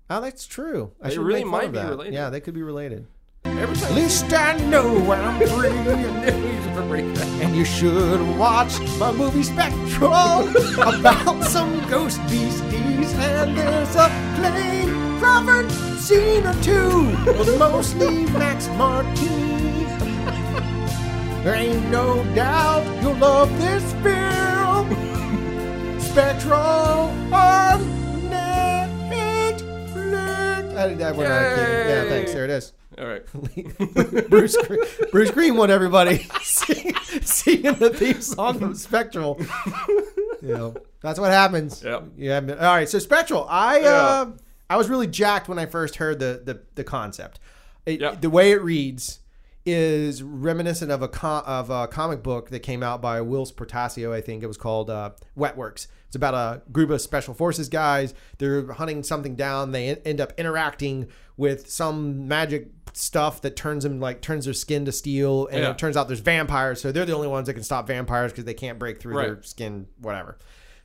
Speaker 3: Oh, that's true. I
Speaker 4: They
Speaker 3: should
Speaker 4: really
Speaker 3: make fun
Speaker 4: might
Speaker 3: of
Speaker 4: be
Speaker 3: that.
Speaker 4: related.
Speaker 3: Yeah, they could be related.
Speaker 4: Every
Speaker 3: At
Speaker 4: time.
Speaker 3: least I know I'm free. And you should watch my movie Spectrum about some ghost beasties. And there's a plane Crawford scene or two, but mostly Max Martini. There ain't no doubt you'll love this film. Spectrum on Netflix. I did that one right. Katie. Yeah,
Speaker 4: Yay.
Speaker 3: thanks. There it is.
Speaker 4: All right.
Speaker 3: Bruce Gre- Bruce Greenwood, everybody, singing singing the theme song from Spectral. You know, that's what happens.
Speaker 4: Yep.
Speaker 3: Yeah. All right. So Spectral, I uh,
Speaker 4: Yeah.
Speaker 3: I was really jacked when I first heard the the, the concept. It,
Speaker 4: Yep.
Speaker 3: The way it reads is reminiscent of a com- of a comic book that came out by Wills Portasio. I think it was called uh, Wet Works. It's about a group of special forces guys. They're hunting something down. They en- end up interacting with some magic stuff that turns them like turns their skin to steel, and
Speaker 4: Yeah.
Speaker 3: it turns out there's vampires. So they're the only ones that can stop vampires because they can't break through their
Speaker 4: Right.
Speaker 3: skin, whatever.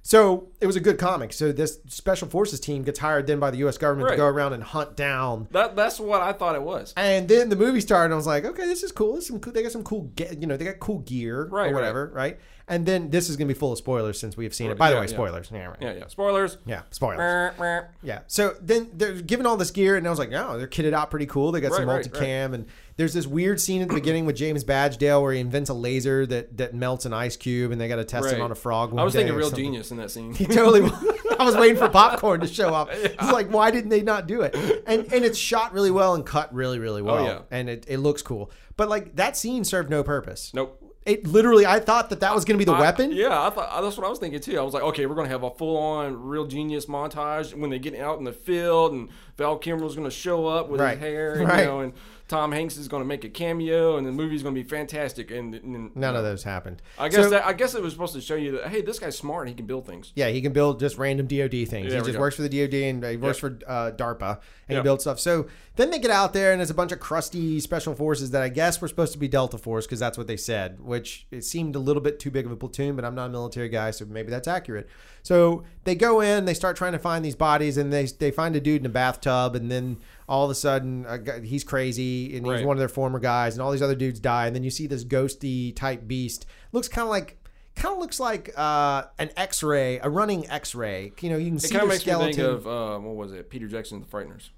Speaker 3: So it was a good comic. So this special forces team gets hired then by the U.S. government to
Speaker 4: Right.
Speaker 3: go around and hunt down
Speaker 4: That that's what I thought it was.
Speaker 3: and then the movie started, and I was like, okay, this is cool. This is some cool. They got some cool, ge- you know, they got cool gear
Speaker 4: Right,
Speaker 3: or
Speaker 4: right.
Speaker 3: whatever, right. And then this is gonna be full of spoilers since we have seen it. By the
Speaker 4: yeah,
Speaker 3: way,
Speaker 4: yeah.
Speaker 3: spoilers. Yeah, right.
Speaker 4: Yeah, yeah. Spoilers.
Speaker 3: yeah spoilers.
Speaker 4: Yeah.
Speaker 3: Yeah. So then they're given all this gear, and I was like, oh, they're kitted out pretty cool. They got some
Speaker 4: Right, right,
Speaker 3: multicam, and there's this weird scene at the beginning with James Badgedale where he invents a laser that that melts an ice cube, and they got to test him
Speaker 4: Right.
Speaker 3: on a frog. One
Speaker 4: I was
Speaker 3: day
Speaker 4: thinking
Speaker 3: or
Speaker 4: real
Speaker 3: something.
Speaker 4: genius in that scene.
Speaker 3: He totally. I was waiting for popcorn to show up. It's like, why didn't they not do it? And and it's shot really well and cut really really well,
Speaker 4: Oh, yeah.
Speaker 3: and it, it looks cool. But like that scene served no purpose.
Speaker 4: Nope.
Speaker 3: It literally, I thought that that was going to be the
Speaker 4: I-
Speaker 3: weapon.
Speaker 4: yeah, I thought I- that's what I was thinking too. I was like, okay, we're gonna have a full-on real genius montage when they get out in the field, and Val Kilmer's gonna show up with
Speaker 3: Right.
Speaker 4: his hair, and,
Speaker 3: Right.
Speaker 4: you know, and Tom Hanks is gonna make a cameo, and the movie's gonna be fantastic. And, and
Speaker 3: None of those happened.
Speaker 4: I guess
Speaker 3: So-
Speaker 4: that I guess it was supposed to show you that hey, this guy's smart and he can build things.
Speaker 3: Yeah, he can build just random DoD things. he
Speaker 4: There we
Speaker 3: just
Speaker 4: go.
Speaker 3: works for the DoD and he works for uh, DARPA and he
Speaker 4: Yep.
Speaker 3: builds stuff. So then they get out there and there's a bunch of crusty special forces that I guess were supposed to be Delta Force because that's what they said, which it seemed a little bit too big of a platoon, but I'm not a military guy, so maybe that's accurate. So they go in, they start trying to find these bodies, and they they find a dude in a bathtub, and then all of a sudden a guy, he's crazy and he's
Speaker 4: Right.
Speaker 3: one of their former guys, and all these other dudes die, and then you see this ghosty type beast. Looks kind of like kind of looks like uh, an X-ray, a running X-ray. You know, you can
Speaker 4: It
Speaker 3: see
Speaker 4: kind of
Speaker 3: the
Speaker 4: makes me
Speaker 3: skeleton.
Speaker 4: think of uh, what was it, Peter Jackson and the Frighteners.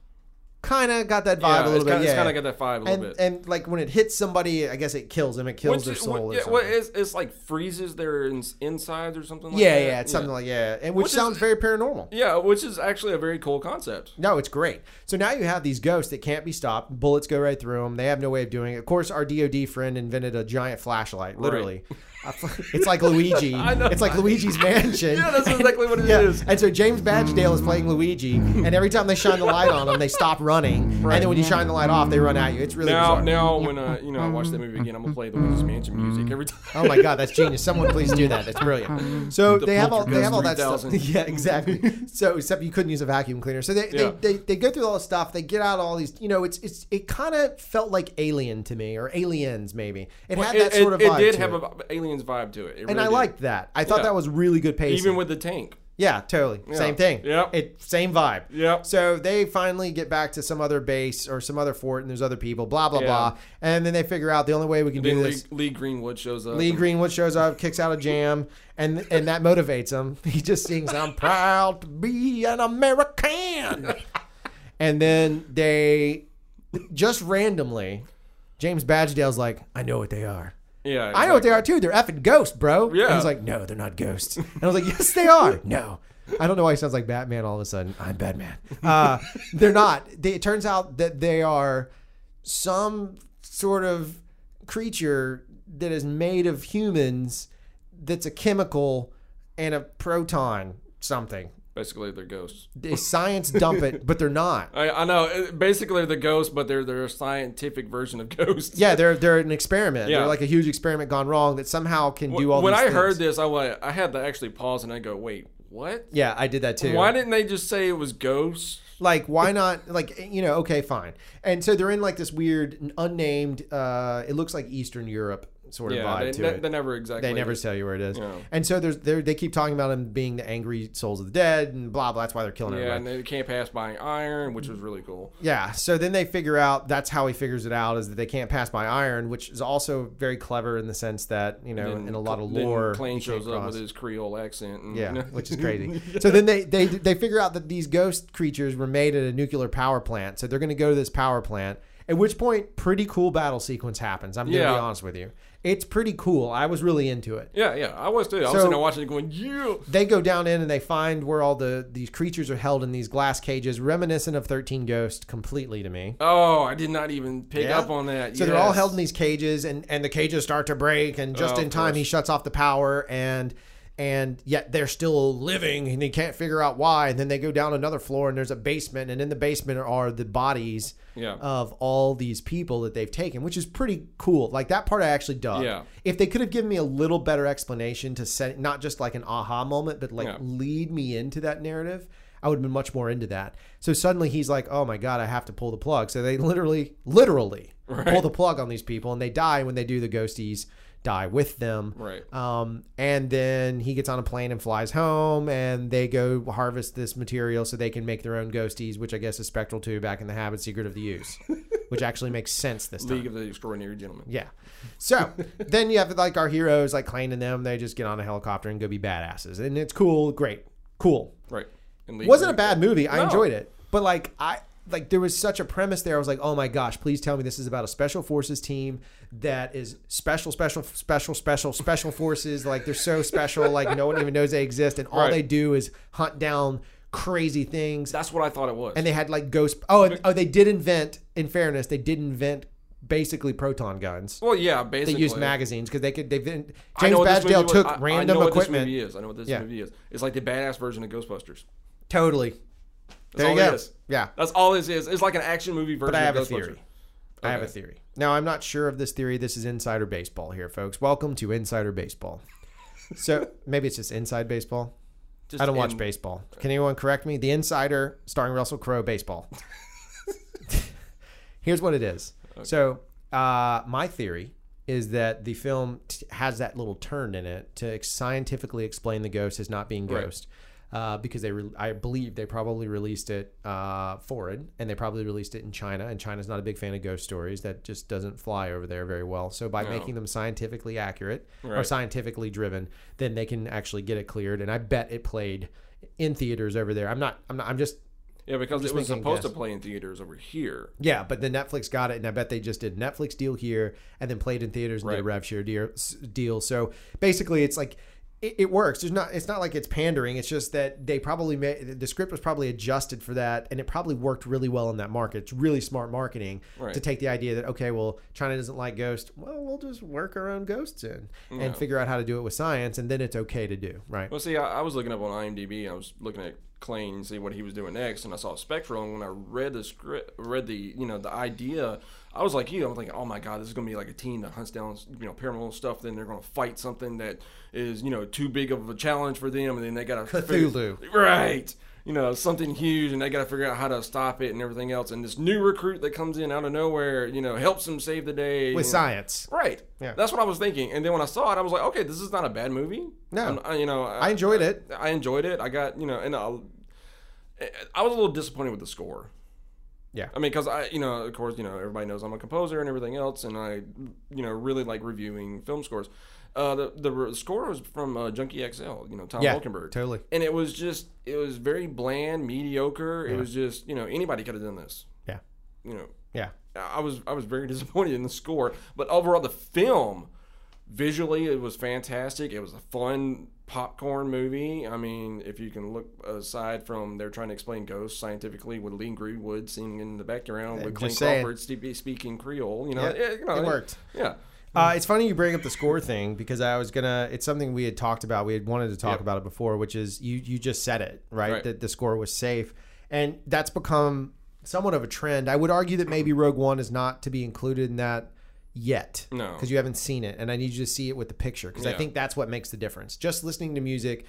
Speaker 3: kind of got that vibe
Speaker 4: yeah,
Speaker 3: a little
Speaker 4: it's
Speaker 3: bit.
Speaker 4: kinda,
Speaker 3: yeah,
Speaker 4: it's kind of got that vibe a little
Speaker 3: and,
Speaker 4: bit.
Speaker 3: and like when it hits somebody, I guess it kills them. It kills
Speaker 4: Once
Speaker 3: their
Speaker 4: you-
Speaker 3: soul.
Speaker 4: what-
Speaker 3: or
Speaker 4: yeah,
Speaker 3: something.
Speaker 4: well, it's, it's like freezes their ins- insides or something. like
Speaker 3: yeah,
Speaker 4: that.
Speaker 3: yeah, it's something like yeah, and which,
Speaker 4: Which is-
Speaker 3: sounds very paranormal.
Speaker 4: Yeah, which is actually a very cool concept.
Speaker 3: No, it's great. So now you have these ghosts that can't be stopped. Bullets go right through them. They have no way of doing it. Of course, our DoD friend invented a giant flashlight. Literally, it's like Luigi.
Speaker 4: I know.
Speaker 3: It's like Luigi's mansion.
Speaker 4: Yeah, that's exactly what it is.
Speaker 3: Yeah. And so James Badgedale is playing Luigi, and every time they shine the light on him, they stop running. And then when you shine the light off, they run at you. It's really
Speaker 4: Now,
Speaker 3: bizarre.
Speaker 4: now when uh, you know I watch that movie again, I'm gonna play the Luigi's Mansion music every time.
Speaker 3: Oh my god, that's genius! Someone please do that. That's brilliant. So
Speaker 4: The
Speaker 3: they have all they have all that
Speaker 4: Poltergeist
Speaker 3: stuff.
Speaker 4: 3000.
Speaker 3: Yeah, exactly. So except you couldn't use a vacuum cleaner. So they,
Speaker 4: Yeah.
Speaker 3: they, they they go through all this stuff. They get out all these. You know, it's it's it kind of felt like Alien to me or Aliens maybe. It had that
Speaker 4: it,
Speaker 3: sort of
Speaker 4: it-
Speaker 3: vibe.
Speaker 4: It did
Speaker 3: to
Speaker 4: have
Speaker 3: it.
Speaker 4: a v- aliens vibe to it. It
Speaker 3: and
Speaker 4: really
Speaker 3: I
Speaker 4: did.
Speaker 3: liked that. I thought
Speaker 4: Yeah.
Speaker 3: that was really good pacing.
Speaker 4: even with the tank.
Speaker 3: Yeah, totally. Same thing.
Speaker 4: Yep.
Speaker 3: It same vibe.
Speaker 4: Yep.
Speaker 3: So they finally get back to some other base or some other fort and there's other people, blah blah
Speaker 4: Yeah.
Speaker 3: blah. And then they figure out the only way we can do
Speaker 4: Then Lee,
Speaker 3: this
Speaker 4: Lee Greenwood shows up.
Speaker 3: Lee Greenwood shows up, kicks out a jam, and and that motivates him. He just sings, "I'm proud to be an American," and then they just randomly, James Badgedale's like, "I know what they are.
Speaker 4: Yeah,
Speaker 3: I know what they are too. They're effing ghosts, bro." And
Speaker 4: Yeah.
Speaker 3: he's like, "No, they're not ghosts." And I was like, "Yes, they are." no. I don't know why he sounds like Batman all of a sudden. I'm Batman. Uh, they're not. They, it turns out that they are some sort of creature that is made of humans that's a chemical and a proton something.
Speaker 4: Basically, they're ghosts.
Speaker 3: They science dump it, but they're not.
Speaker 4: I, I know. it- Basically, they're ghosts, but they're they're a scientific version of ghosts.
Speaker 3: Yeah, they're they're an experiment.
Speaker 4: Yeah.
Speaker 3: They're like a huge experiment gone wrong that somehow can do all
Speaker 4: when
Speaker 3: these
Speaker 4: I
Speaker 3: things.
Speaker 4: heard this, I wa- I had to actually pause and I go, wait, what?
Speaker 3: Yeah, I did that too.
Speaker 4: Why didn't they just say it was ghosts?
Speaker 3: Like, why not? Like, you know, okay, fine. And so they're in like this weird, unnamed. Uh, it looks like Eastern Europe sort of
Speaker 4: Yeah,
Speaker 3: vibe
Speaker 4: they,
Speaker 3: to
Speaker 4: they,
Speaker 3: it.
Speaker 4: they never exactly.
Speaker 3: They never tell you where it is.
Speaker 4: Yeah.
Speaker 3: And so there's they're- they keep talking about him being the angry souls of the dead and blah blah. That's why they're killing
Speaker 4: Yeah,
Speaker 3: everybody.
Speaker 4: and they can't pass buying iron, which was really cool.
Speaker 3: Yeah. So then they figure out that's how he figures it out is that they can't pass by iron, which is also very clever in the sense that you know in a lot of
Speaker 4: Then
Speaker 3: lore.
Speaker 4: Plane
Speaker 3: you can't
Speaker 4: shows up
Speaker 3: cross.
Speaker 4: with his Creole accent. And,
Speaker 3: Yeah, which is crazy. So then they, they they figure out that these ghost creatures were made at a nuclear power plant. So they're going to go to this power plant. At which point, pretty cool battle sequence happens. I'm going to
Speaker 4: Yeah.
Speaker 3: be honest with you. It's pretty cool. I was really into it.
Speaker 4: Yeah, yeah, I was too. I was
Speaker 3: So-
Speaker 4: sitting there watching it, going, "You."
Speaker 3: They go down in and they find where all the these creatures are held in these glass cages, reminiscent of 13 Ghosts completely to me.
Speaker 4: Oh, I did not even pick
Speaker 3: Yeah.
Speaker 4: up on that.
Speaker 3: So they're all
Speaker 4: Yes.
Speaker 3: held in these cages, and and the cages start to break, and just
Speaker 4: Oh,
Speaker 3: in
Speaker 4: of
Speaker 3: time
Speaker 4: course.
Speaker 3: he shuts off the power, and and yet they're still living, and they can't figure out why. And then they go down another floor, and there's a basement, and in the basement are the bodies
Speaker 4: Yeah.
Speaker 3: of all these people that they've taken, which is pretty cool. Like that part I actually dug.
Speaker 4: Yeah.
Speaker 3: If they could have given me a little better explanation to set, not just like an aha moment, but like
Speaker 4: Yeah.
Speaker 3: lead me into that narrative, I would have been much more into that. So suddenly he's like, oh my God, I have to pull the plug. So they literally, literally pull the plug on these people and they die when they do the ghosties die with them.
Speaker 4: Right.
Speaker 3: Um, and then he gets on a plane and flies home and they go harvest this material so they can make their own ghosties, which I guess is Spectral 2 back in the habit secret of the use, which actually makes sense this time.
Speaker 4: League of the Extraordinary Gentlemen.
Speaker 3: Yeah. So then you have like our heroes like claiming them. They just get on a helicopter and go be badasses, and it's cool. Great, cool.
Speaker 4: Right. And League
Speaker 3: Wasn't a
Speaker 4: of-
Speaker 3: bad movie. I
Speaker 4: No.
Speaker 3: enjoyed it, but like I like there was such a premise there. I was like, oh my gosh, please tell me this is about a special forces team that is special, special, special, special, special forces. Like they're so special. Like no one even knows they exist, and all
Speaker 4: Right.
Speaker 3: they do is hunt down crazy things
Speaker 4: That's what I thought it was.
Speaker 3: and they had like ghost. Oh, and, oh, they did invent. In fairness, they did invent basically proton guns.
Speaker 4: well, yeah,
Speaker 3: They
Speaker 4: basically.
Speaker 3: used magazines because they could. They've been,
Speaker 4: I
Speaker 3: James
Speaker 4: know what this movie
Speaker 3: Badgedale
Speaker 4: was-
Speaker 3: took
Speaker 4: I- I know
Speaker 3: random
Speaker 4: what This movie
Speaker 3: equipment.
Speaker 4: is. I know what this
Speaker 3: Yeah.
Speaker 4: movie is. It's like the badass version of Ghostbusters.
Speaker 3: Totally. there
Speaker 4: all
Speaker 3: you
Speaker 4: it
Speaker 3: go.
Speaker 4: is.
Speaker 3: Yeah,
Speaker 4: That's all this is. It's like an action movie version
Speaker 3: but I have
Speaker 4: of
Speaker 3: a
Speaker 4: Ghostbusters.
Speaker 3: theory. I have a
Speaker 4: Okay.
Speaker 3: theory. Now I'm not sure of this theory. This is insider baseball here, folks. Welcome to insider baseball. So maybe it's just inside baseball.
Speaker 4: Just
Speaker 3: I don't watch
Speaker 4: in-
Speaker 3: baseball. Can anyone correct me? The Insider, starring Russell Crowe, baseball. Here's what it is. So, uh, my theory is that the film t- has that little turn in it to ex- scientifically explain the ghost as not being ghost. Uh, because they, re- I believe they probably released it uh, foreign, and they probably released it in China. And China's not a big fan of ghost stories; that just doesn't fly over there very well. So by making them scientifically accurate or
Speaker 4: Right.
Speaker 3: scientifically driven, then they can actually get it cleared. And I bet it played in theaters over there. I'm not. I'm not. I'm just
Speaker 4: Yeah, because it
Speaker 3: just
Speaker 4: was
Speaker 3: making
Speaker 4: supposed
Speaker 3: guess.
Speaker 4: to play in theaters over here.
Speaker 3: Yeah, but then Netflix got it, and I bet they just did Netflix deal here and then played in theaters and did a
Speaker 4: Right.
Speaker 3: rev share deal. deal. So basically, it's like it, it works. There's not. It's not like it's pandering. It's just that they probably made the script was probably adjusted for that, and it probably worked really well in that market. It's really smart marketing
Speaker 4: Right.
Speaker 3: to take the idea that okay, well, China doesn't like ghosts. Well, we'll just work our own ghosts in and figure out how to do it with science, and then it's okay to do. Right.
Speaker 4: Well, see, I, I was looking up on IMDb. I was looking at Klein and see what he was doing next, and I saw Spectral. And when I read the script, read the you know the idea, I was like you. I'm thinking, oh my god, this is gonna be like a team that hunts down you know paranormal stuff. Then they're gonna fight something that is you know too big of a challenge for them, and then they gotta
Speaker 3: Cthulhu.
Speaker 4: right? You know, something huge, and they got to figure out how to stop it and everything else. And this new recruit that comes in out of nowhere, you know, helps them save the day
Speaker 3: With
Speaker 4: you know.
Speaker 3: science,
Speaker 4: Right.
Speaker 3: Yeah.
Speaker 4: That's what I was thinking. And then when I saw it, I was like, okay, this is not a bad movie.
Speaker 3: No.
Speaker 4: I'm- I, you know, I,
Speaker 3: I enjoyed it.
Speaker 4: I enjoyed it. I got you know, and I, I was a little disappointed with the score.
Speaker 3: Yeah.
Speaker 4: I mean, because I, you know, of course, you know, everybody knows I'm a composer and everything else, and I, you know, really like reviewing film scores. Uh, the the re- score was from uh, Junkie XL, you know, Tom
Speaker 3: Yeah,
Speaker 4: Hulkenberg.
Speaker 3: totally.
Speaker 4: And it was just, it was very bland, mediocre. It was just, you know, anybody could have done this.
Speaker 3: Yeah.
Speaker 4: You know,
Speaker 3: Yeah.
Speaker 4: I was I was very disappointed in the score, but overall the film visually it was fantastic. It was a fun popcorn movie. I mean, if you can look aside from they're trying to explain ghosts scientifically with Lee Greenwood singing in the background with
Speaker 3: just
Speaker 4: Clint
Speaker 3: saying.
Speaker 4: Crawford spe- speaking Creole, you know,
Speaker 3: Yeah,
Speaker 4: it, you know,
Speaker 3: it worked.
Speaker 4: Yeah,
Speaker 3: Uh, it's funny you bring up the score thing because I was gonna. It's something we had talked about. We had wanted to talk
Speaker 4: Yep.
Speaker 3: about it before, which is you. You just said it right,
Speaker 4: Right.
Speaker 3: that the score was safe, and that's become somewhat of a trend. I would argue that maybe Rogue One is not to be included in that yet,
Speaker 4: No.
Speaker 3: because you haven't seen it, and I need you to see it with the picture because I
Speaker 4: Yeah.
Speaker 3: think that's what makes the difference. Just listening to music.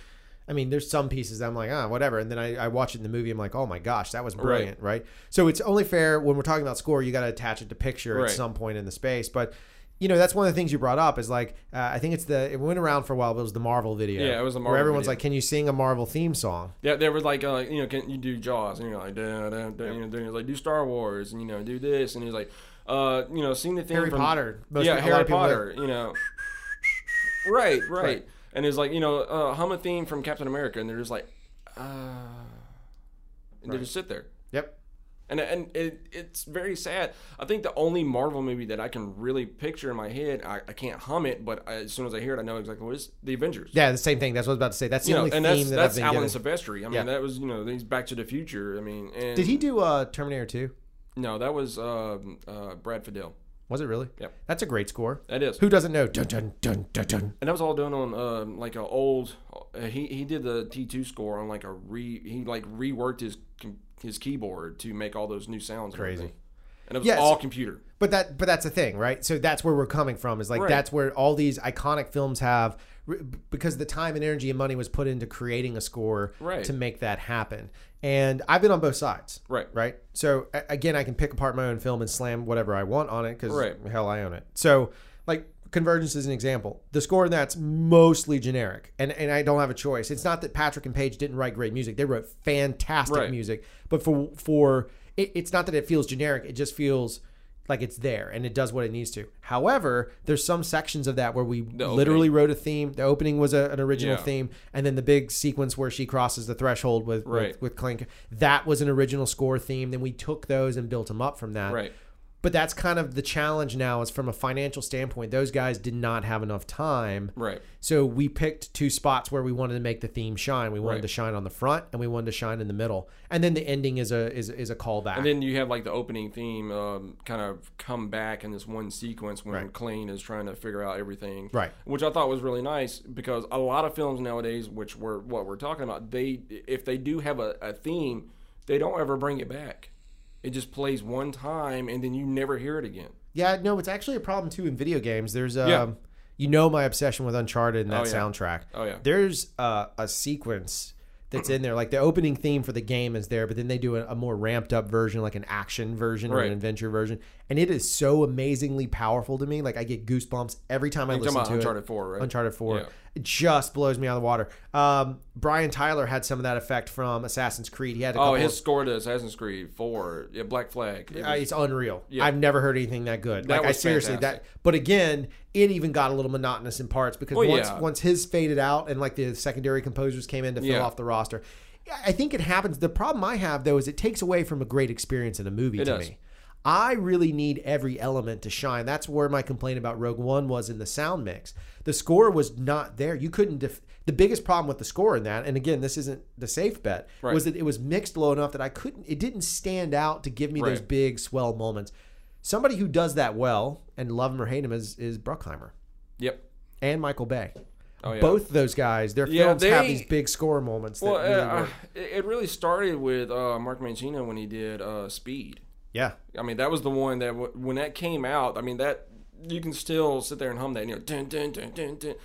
Speaker 3: I mean, there's some pieces that I'm like, ah, whatever. And then I, I watch it in the movie. I'm like, oh my gosh, that was brilliant, right? So it's only fair when we're talking about score, you got to attach it to picture at
Speaker 4: Right.
Speaker 3: some some point in the space. But you know, that's one of the things you brought up is like uh, I think it's the it went around for a while. But it was the Marvel video.
Speaker 4: Yeah, it was the
Speaker 3: where
Speaker 4: Marvel
Speaker 3: everyone's
Speaker 4: video.
Speaker 3: like, "Can you sing a Marvel theme song?"
Speaker 4: they, they were like, uh, you know, can you do Jaws? And you're like, da, da, da, you know, then he's like, do Star Wars, and you know, do this, and he's like, uh, you know, sing the thing
Speaker 3: Harry
Speaker 4: from-
Speaker 3: Potter. Most- a
Speaker 4: yeah,
Speaker 3: lot
Speaker 4: Harry
Speaker 3: of people-
Speaker 4: Potter. You know, right, right, And it's like you know, uh, hum a theme from Captain America, and they're just like, uh, and they just sit there,
Speaker 3: Yep.
Speaker 4: and and it, it's very sad. I think the only Marvel movie that I can really picture in my head, I, I can't hum it, but I, as soon as I hear it, I know exactly what it is. The Avengers.
Speaker 3: Yeah, the same thing. That's what I was about to say. That's the
Speaker 4: You know,
Speaker 3: only theme
Speaker 4: and that's
Speaker 3: that
Speaker 4: that's
Speaker 3: I've been
Speaker 4: Alan
Speaker 3: getting.
Speaker 4: Silvestri. I mean,
Speaker 3: Yeah.
Speaker 4: that was you know these Back to the Future. I mean, and
Speaker 3: Did he do uh, Terminator Two?
Speaker 4: No, that was um uh, Brad Fidel.
Speaker 3: Was it really?
Speaker 4: Yep.
Speaker 3: That's a great score.
Speaker 4: That is.
Speaker 3: Who doesn't know? Dun dun dun dun dun.
Speaker 4: And that was all done on um, like a old. Uh, he he did the T two score on like a re. He like reworked his com- his keyboard to make all those new sounds. and
Speaker 3: Crazy.
Speaker 4: everything. And it was
Speaker 3: Yes.
Speaker 4: all computer.
Speaker 3: But that, but that's the thing, right? So that's where we're coming from. Is like
Speaker 4: Right.
Speaker 3: that's where all these iconic films have, r- because the time and energy and money was put into creating a score
Speaker 4: Right.
Speaker 3: to make that happen. And I've been on both sides,
Speaker 4: Right.
Speaker 3: Right. So a- again, I can pick apart my own film and slam whatever I want on it because
Speaker 4: Right.
Speaker 3: hell, I own it. So like. Convergence is an example. The score in that's mostly generic, and, and I don't have a choice. It's not that Patrick and Page didn't write great music; they wrote fantastic
Speaker 4: Right.
Speaker 3: music music. But for for it, it's not that it feels generic; it just feels like it's there and it does what it needs to. However, there's some sections of that where we
Speaker 4: opening.
Speaker 3: literally wrote a theme. The opening was a, an original
Speaker 4: Yeah.
Speaker 3: theme, and then the big sequence where she crosses the threshold with
Speaker 4: Right.
Speaker 3: with, with Clink that was an original score theme. Then we took those and built them up from that.
Speaker 4: Right.
Speaker 3: But that's kind of the challenge now. Is from a financial standpoint, those guys did not have enough time.
Speaker 4: Right.
Speaker 3: So we picked two spots where we wanted to make the theme shine. We wanted
Speaker 4: Right.
Speaker 3: to shine on the front, and we wanted to shine in the middle. And then the ending is a is, is a callback.
Speaker 4: And then you have like the opening theme um, kind of come back in this one sequence when
Speaker 3: Right.
Speaker 4: Clean is trying to figure out everything.
Speaker 3: Right.
Speaker 4: Which I thought was really nice because a lot of films nowadays, which we're what we're talking about, they if they do have a, a theme, they don't ever bring it back. It just plays one time and then you never hear it again.
Speaker 3: yeah, no, it's actually a problem too in video games. There's um,
Speaker 4: Yeah.
Speaker 3: you know my obsession with Uncharted and that
Speaker 4: yeah.
Speaker 3: soundtrack.
Speaker 4: Oh, yeah.
Speaker 3: There's uh, a sequence that's in there, like the opening theme for the game is there, but then they do a, a more ramped up version, like an action version or an
Speaker 4: Right.
Speaker 3: adventure version, and it is so amazingly powerful to me. Like I get goosebumps every time I
Speaker 4: You're
Speaker 3: listen
Speaker 4: talking about
Speaker 3: to it.
Speaker 4: Uncharted Four, right?
Speaker 3: Uncharted 4.
Speaker 4: Yeah.
Speaker 3: It just blows me out of the water. Um, Brian Tyler had some of that effect from Assassin's Creed. He had a couple
Speaker 4: Oh, his
Speaker 3: of,
Speaker 4: score to Assassin's Creed Four, yeah, Black Flag. It
Speaker 3: uh,
Speaker 4: was-
Speaker 3: it's unreal. I've never heard anything that good.
Speaker 4: That
Speaker 3: like
Speaker 4: was
Speaker 3: I seriously
Speaker 4: fantastic.
Speaker 3: that but again, it even got a little monotonous in parts because
Speaker 4: Well,
Speaker 3: once
Speaker 4: yeah.
Speaker 3: once his faded out and like the secondary composers came in to fill
Speaker 4: Yeah.
Speaker 3: off the roster, I think it happens. The problem I have though is it takes away from a great experience in a movie
Speaker 4: It
Speaker 3: to
Speaker 4: does.
Speaker 3: me. I really need every element to shine. That's where my complaint about Rogue One was in the sound mix. The score was not there. You couldn't. Def- the biggest problem with the score in that, and again, this isn't the safe bet,
Speaker 4: Right.
Speaker 3: was that it was mixed low enough that I couldn't. It didn't stand out to give me those
Speaker 4: Right.
Speaker 3: big swell moments. Somebody who does that well and love him or hate him is is Bruckheimer
Speaker 4: Yep.
Speaker 3: and Michael Bay.
Speaker 4: Oh, yeah.
Speaker 3: Both those guys, their
Speaker 4: Yeah,
Speaker 3: films have
Speaker 4: they-
Speaker 3: these big score moments.
Speaker 4: Well,
Speaker 3: that really
Speaker 4: uh,
Speaker 3: work.
Speaker 4: it it really started with uh, Mark Mancino when he did uh, Speed.
Speaker 3: yeah,
Speaker 4: I mean, that was the one that w- when that came out. I mean, that you can still sit there and hum that, you know, dun, dun, dun, dun, dun.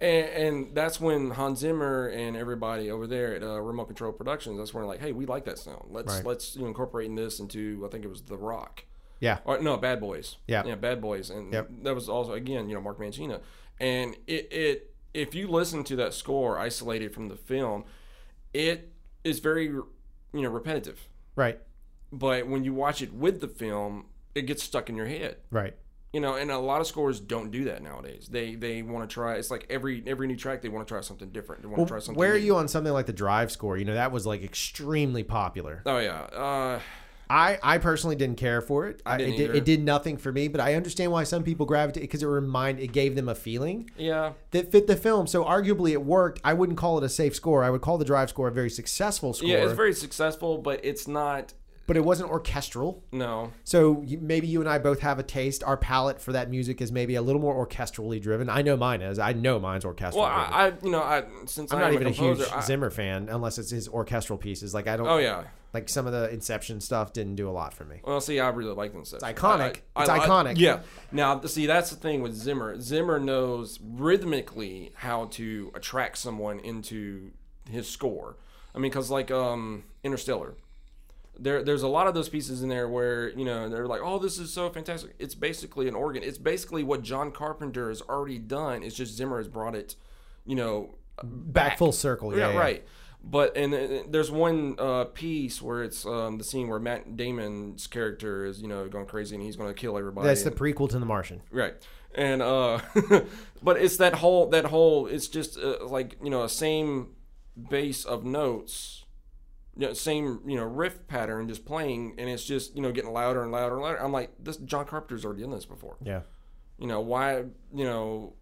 Speaker 4: And, and that's when Hans Zimmer and everybody over there at uh, Remote Control Productions, that's when like, hey, we like that sound. Let's
Speaker 3: Right.
Speaker 4: let's you know, incorporate this into I think it was The Rock.
Speaker 3: yeah.
Speaker 4: Or, no, Bad Boys.
Speaker 3: Yeah.
Speaker 4: yeah, Bad Boys, and
Speaker 3: Yep.
Speaker 4: that was also again, you know, Mark Mancino, and it, it if you listen to that score isolated from the film, it is very you know repetitive,
Speaker 3: Right,
Speaker 4: but when you watch it with the film, it gets stuck in your head.
Speaker 3: right.
Speaker 4: You know, and a lot of scores don't do that nowadays. They they want to try. It's like every every new track they want to try something different. They want to try something.
Speaker 3: Where are
Speaker 4: new.
Speaker 3: you on something like the Drive score? You know that was like extremely popular.
Speaker 4: Oh yeah. Uh,
Speaker 3: I I personally didn't care for it. I,
Speaker 4: didn't
Speaker 3: it, did,
Speaker 4: either.
Speaker 3: it did nothing for me, but I understand why some people gravitate because it remind it gave them a feeling
Speaker 4: yeah.
Speaker 3: that fit the film. So arguably it worked. I wouldn't call it a safe score. I would call the Drive score a very successful score.
Speaker 4: Yeah. It's very successful, but it's not.
Speaker 3: but it wasn't orchestral.
Speaker 4: No.
Speaker 3: So you, maybe you and I both have a taste. Our palette for that music is maybe a little more orchestrally driven. I know mine is. I know mine's orchestral.
Speaker 4: Well, I, I you know I since
Speaker 3: am
Speaker 4: I'm
Speaker 3: not
Speaker 4: a
Speaker 3: even a, huge
Speaker 4: composer, I-
Speaker 3: Zimmer fan unless it's his orchestral pieces. Like I don't.
Speaker 4: oh yeah.
Speaker 3: Like some of the Inception stuff didn't do a lot for me.
Speaker 4: Well, see, I really like Inception.
Speaker 3: It's iconic. It's iconic.
Speaker 4: yeah. Now, see, that's the thing with Zimmer. Zimmer knows rhythmically how to attract someone into his score. I mean, because like um, Interstellar, there there's a lot of those pieces in there where you know they're like, oh, this is so fantastic. It's basically an organ. It's basically what John Carpenter has already done. It's just Zimmer has brought it, you know,
Speaker 3: Back, full circle. Yeah,
Speaker 4: yeah,
Speaker 3: yeah.
Speaker 4: right. But and uh, there's one uh, piece where it's um, the scene where Matt Damon's character is you know going crazy and he's going to kill everybody.
Speaker 3: That's the
Speaker 4: and-
Speaker 3: prequel to The Martian.
Speaker 4: right. And uh, but it's that whole that whole it's just uh, like you know a same base of notes, you know, same you know riff pattern just playing and it's just you know getting louder and louder and louder. I'm like this John Carpenter's already done this before
Speaker 3: Yeah.
Speaker 4: you know why you know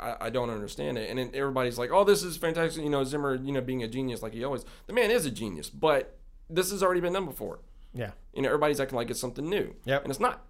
Speaker 4: I, I don't understand it and then everybody's like oh this is fantastic you know zimmer you know being a genius like he always the man is a genius but this has already been done before
Speaker 3: Yeah.
Speaker 4: you know everybody's acting like it's something new
Speaker 3: Yep.
Speaker 4: and it's not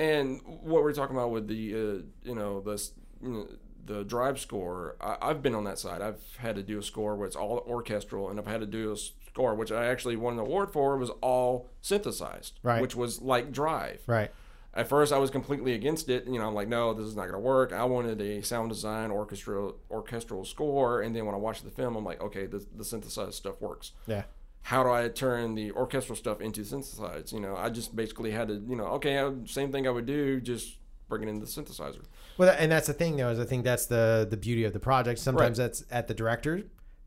Speaker 4: and what we're talking about with the uh, you know this you know, the drive score I, i've been on that side i've had to do a score where it's all orchestral and i've had to do a score which i actually won an award for was all synthesized
Speaker 3: Right.
Speaker 4: which was like drive
Speaker 3: Right.
Speaker 4: at first, I was completely against it. You know, I'm like, no, this is not going to work. I wanted a sound design orchestral orchestral score, and then when I watched the film, I'm like, okay, the, the synthesized stuff works.
Speaker 3: Yeah.
Speaker 4: How do I turn the orchestral stuff into synthesized? You know, I just basically had to, you know, okay, I, same thing I would do, just bring it into the synthesizer.
Speaker 3: Well, and that's the thing though is I think that's the the beauty of the project. Sometimes that's at the director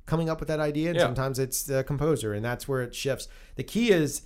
Speaker 3: coming up with that idea, and
Speaker 4: Yeah.
Speaker 3: sometimes it's the composer, and that's where it shifts. The key is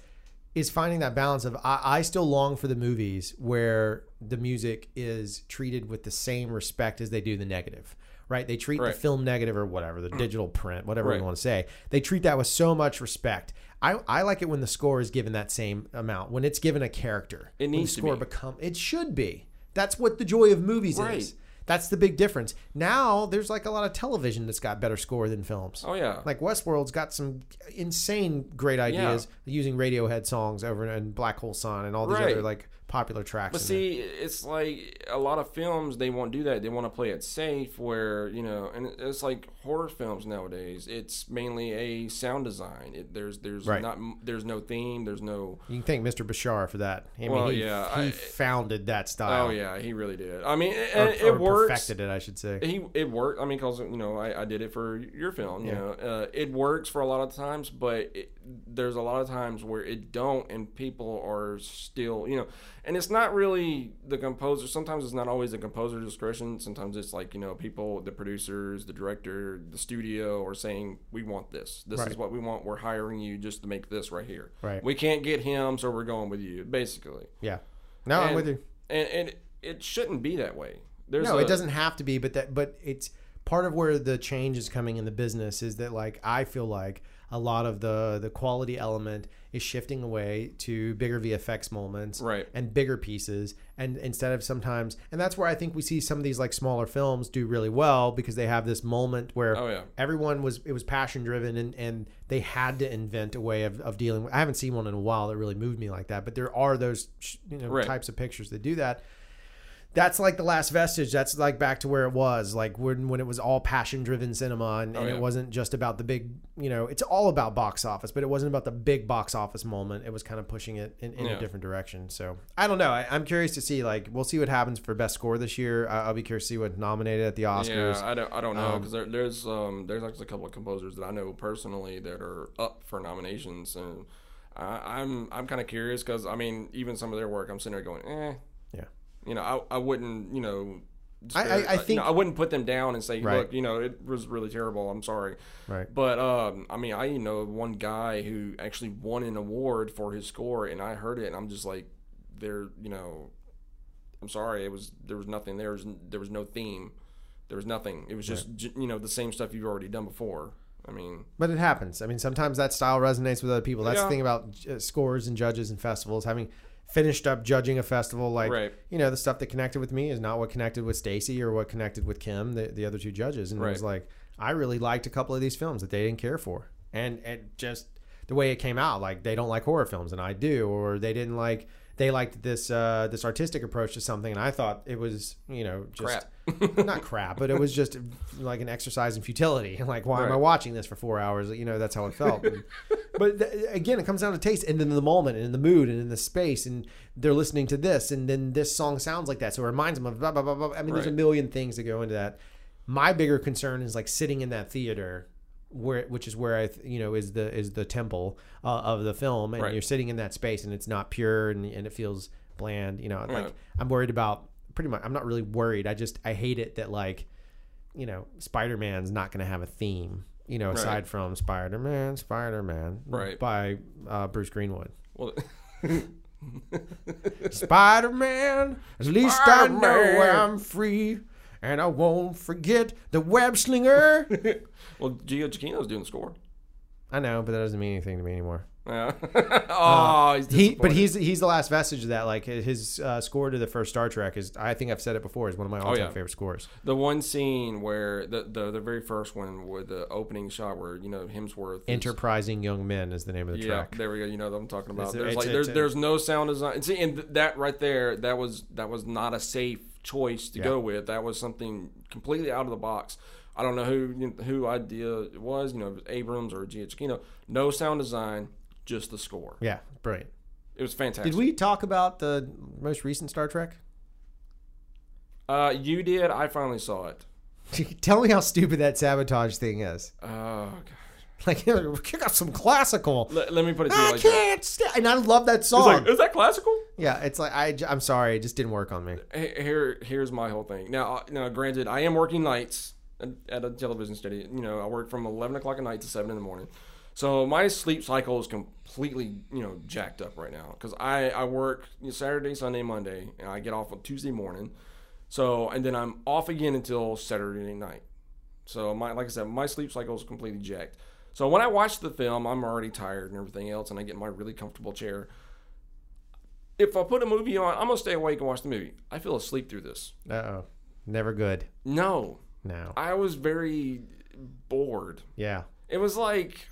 Speaker 3: is finding that balance of I, I still long for the movies where the music is treated with the same respect as they do the negative. Right? They treat
Speaker 4: Right.
Speaker 3: the film negative or whatever, the digital print, whatever you
Speaker 4: Right.
Speaker 3: want to say. They treat that with so much respect. I, I like it when the score is given that same amount, when it's given a character.
Speaker 4: It
Speaker 3: when
Speaker 4: needs
Speaker 3: the
Speaker 4: to
Speaker 3: score
Speaker 4: be.
Speaker 3: become it should be. That's what the joy of movies
Speaker 4: Right.
Speaker 3: is. That's the big difference. Now there's like a lot of television that's got better score than films.
Speaker 4: Oh yeah,
Speaker 3: Like Westworld's got some insane great ideas using Radiohead songs over and Black Hole Sun and all these
Speaker 4: Right.
Speaker 3: other like popular tracks.
Speaker 4: But
Speaker 3: in
Speaker 4: see, it's like a lot of films they won't do that. They want to play it safe, where you know, and it's like horror films nowadays. It's mainly a sound design. It, there's there's
Speaker 3: Right.
Speaker 4: not there's no theme. There's no.
Speaker 3: there. you can thank Mr. Bashar for that. I mean,
Speaker 4: Well,
Speaker 3: he,
Speaker 4: yeah,
Speaker 3: he
Speaker 4: I-
Speaker 3: founded that style.
Speaker 4: Oh yeah, he really did. I mean, it,
Speaker 3: Or-
Speaker 4: it,
Speaker 3: or
Speaker 4: it works.
Speaker 3: Perfected it, I should say.
Speaker 4: He it worked. I mean, cause you know, I, I did it for your film. You
Speaker 3: Yeah.
Speaker 4: know, uh, it works for a lot of times, but it, there's a lot of times where it don't, and people are still, you know, and it's not really the composer. Sometimes it's not always the composer's discretion. Sometimes it's like you know, people, the producers, the director, the studio are saying, "We want this. This
Speaker 3: Right.
Speaker 4: is what we want. We're hiring you just to make this right here.
Speaker 3: Right.
Speaker 4: We can't get him, so we're going with you." Basically.
Speaker 3: Yeah. No, I'm
Speaker 4: And-
Speaker 3: with you.
Speaker 4: And, and it shouldn't be that way. There's
Speaker 3: No,
Speaker 4: a-
Speaker 3: it doesn't have to be, but that but it's part of where the change is coming in the business is that like I feel like a lot of the the quality element is shifting away to bigger VFX moments
Speaker 4: Right.
Speaker 3: and bigger pieces and instead of sometimes and that's where I think we see some of these like smaller films do really well because they have this moment where
Speaker 4: Oh, yeah.
Speaker 3: everyone was it was passion driven and and they had to invent a way of, of dealing with I haven't seen one in a while that really moved me like that but there are those sh- you know
Speaker 4: Right.
Speaker 3: types of pictures that do that that's like the last vestige. That's like back to where it was, like when when it was all passion driven cinema, and, and
Speaker 4: Oh, yeah.
Speaker 3: it wasn't just about the big, you know, it's all about box office, but it wasn't about the big box office moment. It was kind of pushing it in, in
Speaker 4: Yeah.
Speaker 3: a different direction. So I don't know. I, I'm curious to see. Like we'll see what happens for best score this year. I, I'll be curious to see what nominated at the Oscars.
Speaker 4: Yeah, I don't, I don't know because there, there's um, there's actually a couple of composers that I know personally that are up for nominations, and I, I'm I'm kind of curious because I mean even some of their work I'm sitting there going, eh,
Speaker 3: Yeah.
Speaker 4: you know, I, I wouldn't you know.
Speaker 3: I- I- I
Speaker 4: disparage- you know,
Speaker 3: think-
Speaker 4: I wouldn't put them down and say,
Speaker 3: Right.
Speaker 4: look, you know, it was really terrible. I'm sorry.
Speaker 3: Right.
Speaker 4: But um, I mean, I know one guy who actually won an award for his score, and I heard it, and I'm just like, there, you know, I'm sorry, it was there was nothing there. Was, there was no theme. There was nothing. It was just j you know the same stuff you've already done before. I mean,
Speaker 3: But it happens. I mean, sometimes that style resonates with other people. That's
Speaker 4: Yeah.
Speaker 3: the thing about uh, scores and judges and festivals. Having finished up judging a festival, like
Speaker 4: Right.
Speaker 3: you know, the stuff that connected with me is not what connected with Stacy or what connected with Kim, the, the other two judges. And it was like, I really liked a couple of these films that they didn't care for, and it just the way it came out. Like they don't like horror films, and I do, or they didn't like they liked this uh, this artistic approach to something, and I thought it was you know just
Speaker 4: Crap.
Speaker 3: not crap, but it was just like an exercise in futility. Like, why am I
Speaker 4: Right.
Speaker 3: watching this for four hours? You know, that's how it felt. And- but th- again, it comes down to taste and in the moment and in the mood and in the space. And they're listening to this, and then this song sounds like that. So it reminds them of blah, blah, blah, blah. I mean, there's a
Speaker 4: Right.
Speaker 3: million things that go into that. My bigger concern is like sitting in that theater. Where, which is where I, th- you know, is the is the temple uh, of the film, and
Speaker 4: Right.
Speaker 3: you're sitting in that space, and it's not pure, and, and it feels bland. You know, like I'm worried about pretty much. I'm not really worried. I just I hate it that like you know, Spider Man's not going to have a theme, you know, aside from Spider Man, Spider Man,
Speaker 4: Right.
Speaker 3: by uh, Bruce Greenwood.
Speaker 4: well,
Speaker 3: Spider Man, at least I know
Speaker 4: Spider-Man.
Speaker 3: I'm free, and I won't forget the web slinger.
Speaker 4: well, Gio Chiquino's doing the score.
Speaker 3: I know, but that doesn't mean anything to me anymore.
Speaker 4: Yeah. oh, he's
Speaker 3: Uh, He, but
Speaker 4: disappointed.
Speaker 3: he's he's the last vestige of that. Like his uh, score to the first Star Trek is, I think I've said it before, is one of my all time
Speaker 4: Oh, yeah.
Speaker 3: favorite scores.
Speaker 4: the one scene where the the, the very first one with the opening shot where you know Hemsworth is-
Speaker 3: Enterprising young men is the name of the
Speaker 4: Yeah,
Speaker 3: track.
Speaker 4: there we go. You know what I'm talking about.
Speaker 3: It's a-
Speaker 4: there's
Speaker 3: it's
Speaker 4: like
Speaker 3: a-
Speaker 4: there's
Speaker 3: it's a-
Speaker 4: there's no sound design. And see, and th- that right there, that was that was not a safe choice to go with. That was something completely out of the box. I don't know who who idea it was. You know, if it was Abrams or G. Chiquino. No sound design, just the score.
Speaker 3: Yeah, brilliant.
Speaker 4: It was fantastic.
Speaker 3: Did we talk about the most recent Star Trek?
Speaker 4: Uh, you did. I finally saw it.
Speaker 3: Tell me how stupid that sabotage thing is.
Speaker 4: Oh, God.
Speaker 3: Like, kick off some classical.
Speaker 4: Let, let me put it to you
Speaker 3: I
Speaker 4: like that.
Speaker 3: can't sta And I love that
Speaker 4: It's
Speaker 3: song.
Speaker 4: like, uh. is that classical?
Speaker 3: yeah, it's like, I, j- I'm sorry, it just didn't work on me.
Speaker 4: He- here here's my whole thing now uh, now granted i am working nights at- at a television studio you know i work from 11 o'clock at night to 7 in the morning so my sleep cycle is completely you know jacked up right now because i i work you know, saturday sunday monday and i get off on tuesday morning so and then i'm off again until saturday night so my like I said, my sleep cycle is completely jacked. So when I watch the film, I'm already tired and everything else, and I get in my really comfortable chair. If I put a movie on, I'm gonna stay awake and watch the movie. I feel asleep through this.
Speaker 3: Uh oh. Never good.
Speaker 4: No,
Speaker 3: No.
Speaker 4: I was very bored.
Speaker 3: Yeah.
Speaker 4: It was like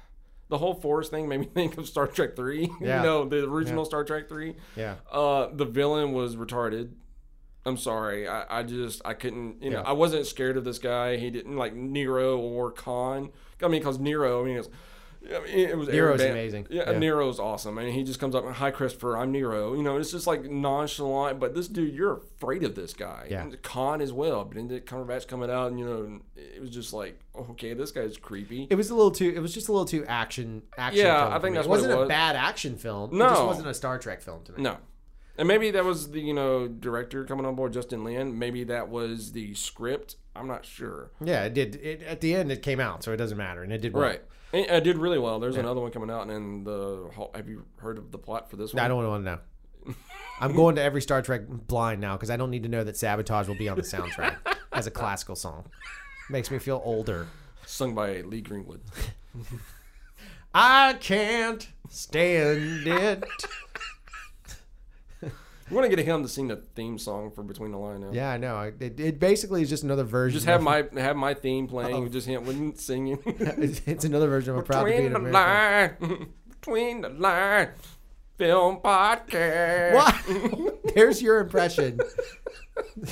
Speaker 4: the whole forest thing made me think of Star Trek Three.
Speaker 3: Yeah.
Speaker 4: you know, the original Star Trek Three.
Speaker 3: Yeah.
Speaker 4: Uh, the villain was retarded. I'm sorry. I, I just I couldn't. You know,
Speaker 3: Yeah.
Speaker 4: I wasn't scared of this guy. He didn't like Nero or Khan. I mean, because Nero. I mean, it's, I mean, it was
Speaker 3: Nero's
Speaker 4: arrogant.
Speaker 3: amazing.
Speaker 4: Yeah,
Speaker 3: Yeah.
Speaker 4: Nero's awesome. And he just comes up and hi Christopher, I'm Nero. You know, it's just like nonchalant. But this dude, you're afraid of this guy.
Speaker 3: Yeah.
Speaker 4: And Khan as well. But then the Cumberbatch coming out, and you know, it was just like, okay, this guy's creepy.
Speaker 3: It was a little too. It was just a little too action. action
Speaker 4: Yeah,
Speaker 3: film
Speaker 4: I
Speaker 3: for
Speaker 4: think
Speaker 3: me.
Speaker 4: that's
Speaker 3: it
Speaker 4: what it
Speaker 3: wasn't a
Speaker 4: was.
Speaker 3: bad action film. it just
Speaker 4: No.
Speaker 3: wasn't a Star Trek film to me.
Speaker 4: No. And maybe that was the, you know, director coming on board, Justin Lin. Maybe that was the script. I'm not sure.
Speaker 3: Yeah, it did. It, at the end, it came out, so it doesn't matter, and it did. well.
Speaker 4: Right. And I did really well. There's another one coming out, and then the whole- have you heard of the plot for this one?
Speaker 3: I don't want to know. I'm going to every Star Trek blind now because I don't need to know that Sabotage will be on the soundtrack as a classical song. Makes me feel older.
Speaker 4: Sung by Lee Greenwood.
Speaker 3: I can't stand it.
Speaker 4: You want to get him to sing the theme song for Between the Line now.
Speaker 3: Yeah, I know. I- It, it basically is just another version.
Speaker 4: Just have
Speaker 3: of-
Speaker 4: my have my theme playing, with just him with him singing.
Speaker 3: It's it's another version of a proud to be
Speaker 4: Between
Speaker 3: an
Speaker 4: the
Speaker 3: American.
Speaker 4: line, between the line, film podcast.
Speaker 3: What? There's your impression.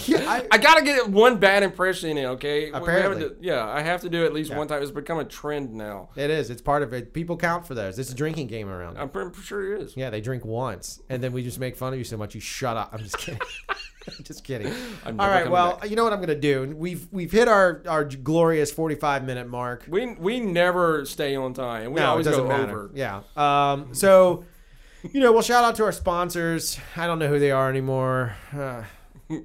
Speaker 3: Yeah, I,
Speaker 4: I gotta get one bad impression in it, okay? We have
Speaker 3: Apparently.
Speaker 4: to- yeah, I have to do at least one time. It's become a trend now.
Speaker 3: it is. It's part of it. People count for those. It's a drinking game around.
Speaker 4: I'm pretty sure it is.
Speaker 3: Yeah, they drink once, and then we just make fun of you so much you shut up. I'm just kidding. just kidding.
Speaker 4: I'm
Speaker 3: All
Speaker 4: never
Speaker 3: right.
Speaker 4: coming
Speaker 3: Well,
Speaker 4: back.
Speaker 3: you know what I'm gonna do. We've we've hit our our glorious 45 minute mark.
Speaker 4: We we never stay on time. We
Speaker 3: no,
Speaker 4: always
Speaker 3: it doesn't
Speaker 4: go
Speaker 3: matter.
Speaker 4: over.
Speaker 3: Yeah. Um. So, you know, we'll shout out to our sponsors. I don't know who they are anymore. Uh,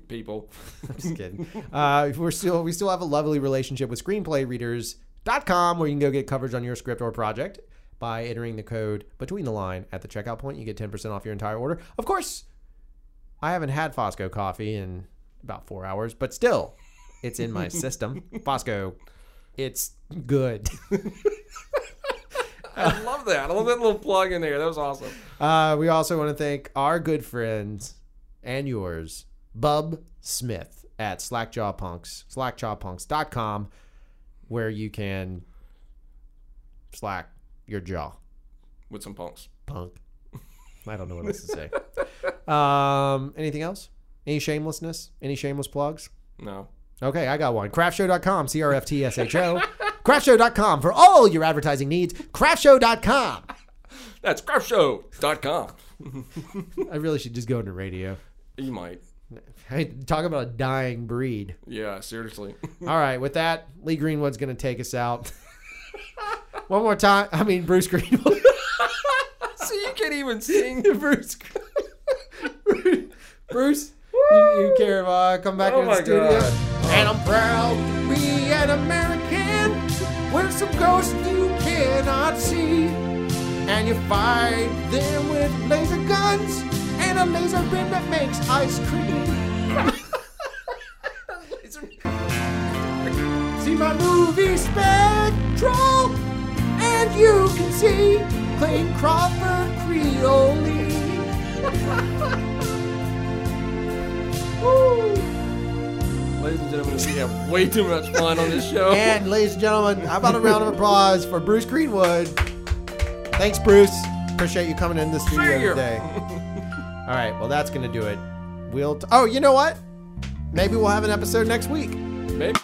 Speaker 4: People.
Speaker 3: I'm just kidding. Uh, we're still we still have a lovely relationship with screenplayreaders.com where you can go get coverage on your script or project by entering the code between the line at the checkout point. You get 10% off your entire order. Of course, I haven't had Fosco coffee in about four hours, but still, it's in my system. Fosco, it's good.
Speaker 4: I love that. I love that little plug in there. That was awesome.
Speaker 3: Uh, we also want to thank our good friends and yours, Bub Smith at Slackjaw Punks, slackjawpunks.com, where you can slack your jaw,
Speaker 4: With some punks.
Speaker 3: punk. I don't know what else to say. um, anything else? Any shamelessness? Any shameless plugs?
Speaker 4: No.
Speaker 3: Okay, I got one. Craftshow.com, C R F T S H O. Craftshow.com for all your advertising needs. Craftshow.com.
Speaker 4: That's crapshow.com.
Speaker 3: I really should just go into radio.
Speaker 4: You might.
Speaker 3: Hey, talk about a dying breed.
Speaker 4: Yeah, seriously.
Speaker 3: All right, with that, Lee Greenwood's going to take us out. One more time. I mean, Bruce Greenwood.
Speaker 4: See, you can't even sing.
Speaker 3: Bruce. Gre- Bruce, you, you care if I come back
Speaker 4: Oh
Speaker 3: in
Speaker 4: my
Speaker 3: the studio?
Speaker 4: God.
Speaker 3: And I'm proud to be an American. With some ghosts you cannot see. And you fight them with laser guns and a laser rim that makes ice cream. See my movie Spectral, and you can see Clayton Crawford Creole.
Speaker 4: Ladies and gentlemen, we have way too much fun on this show.
Speaker 3: And ladies and gentlemen, how about a round of applause for Bruce Greenwood? Thanks, Bruce. Appreciate you coming in the studio
Speaker 4: See ya.
Speaker 3: today. All right, well that's gonna do it. We'll. T- oh, you know what? Maybe we'll have an episode next week.
Speaker 4: Maybe.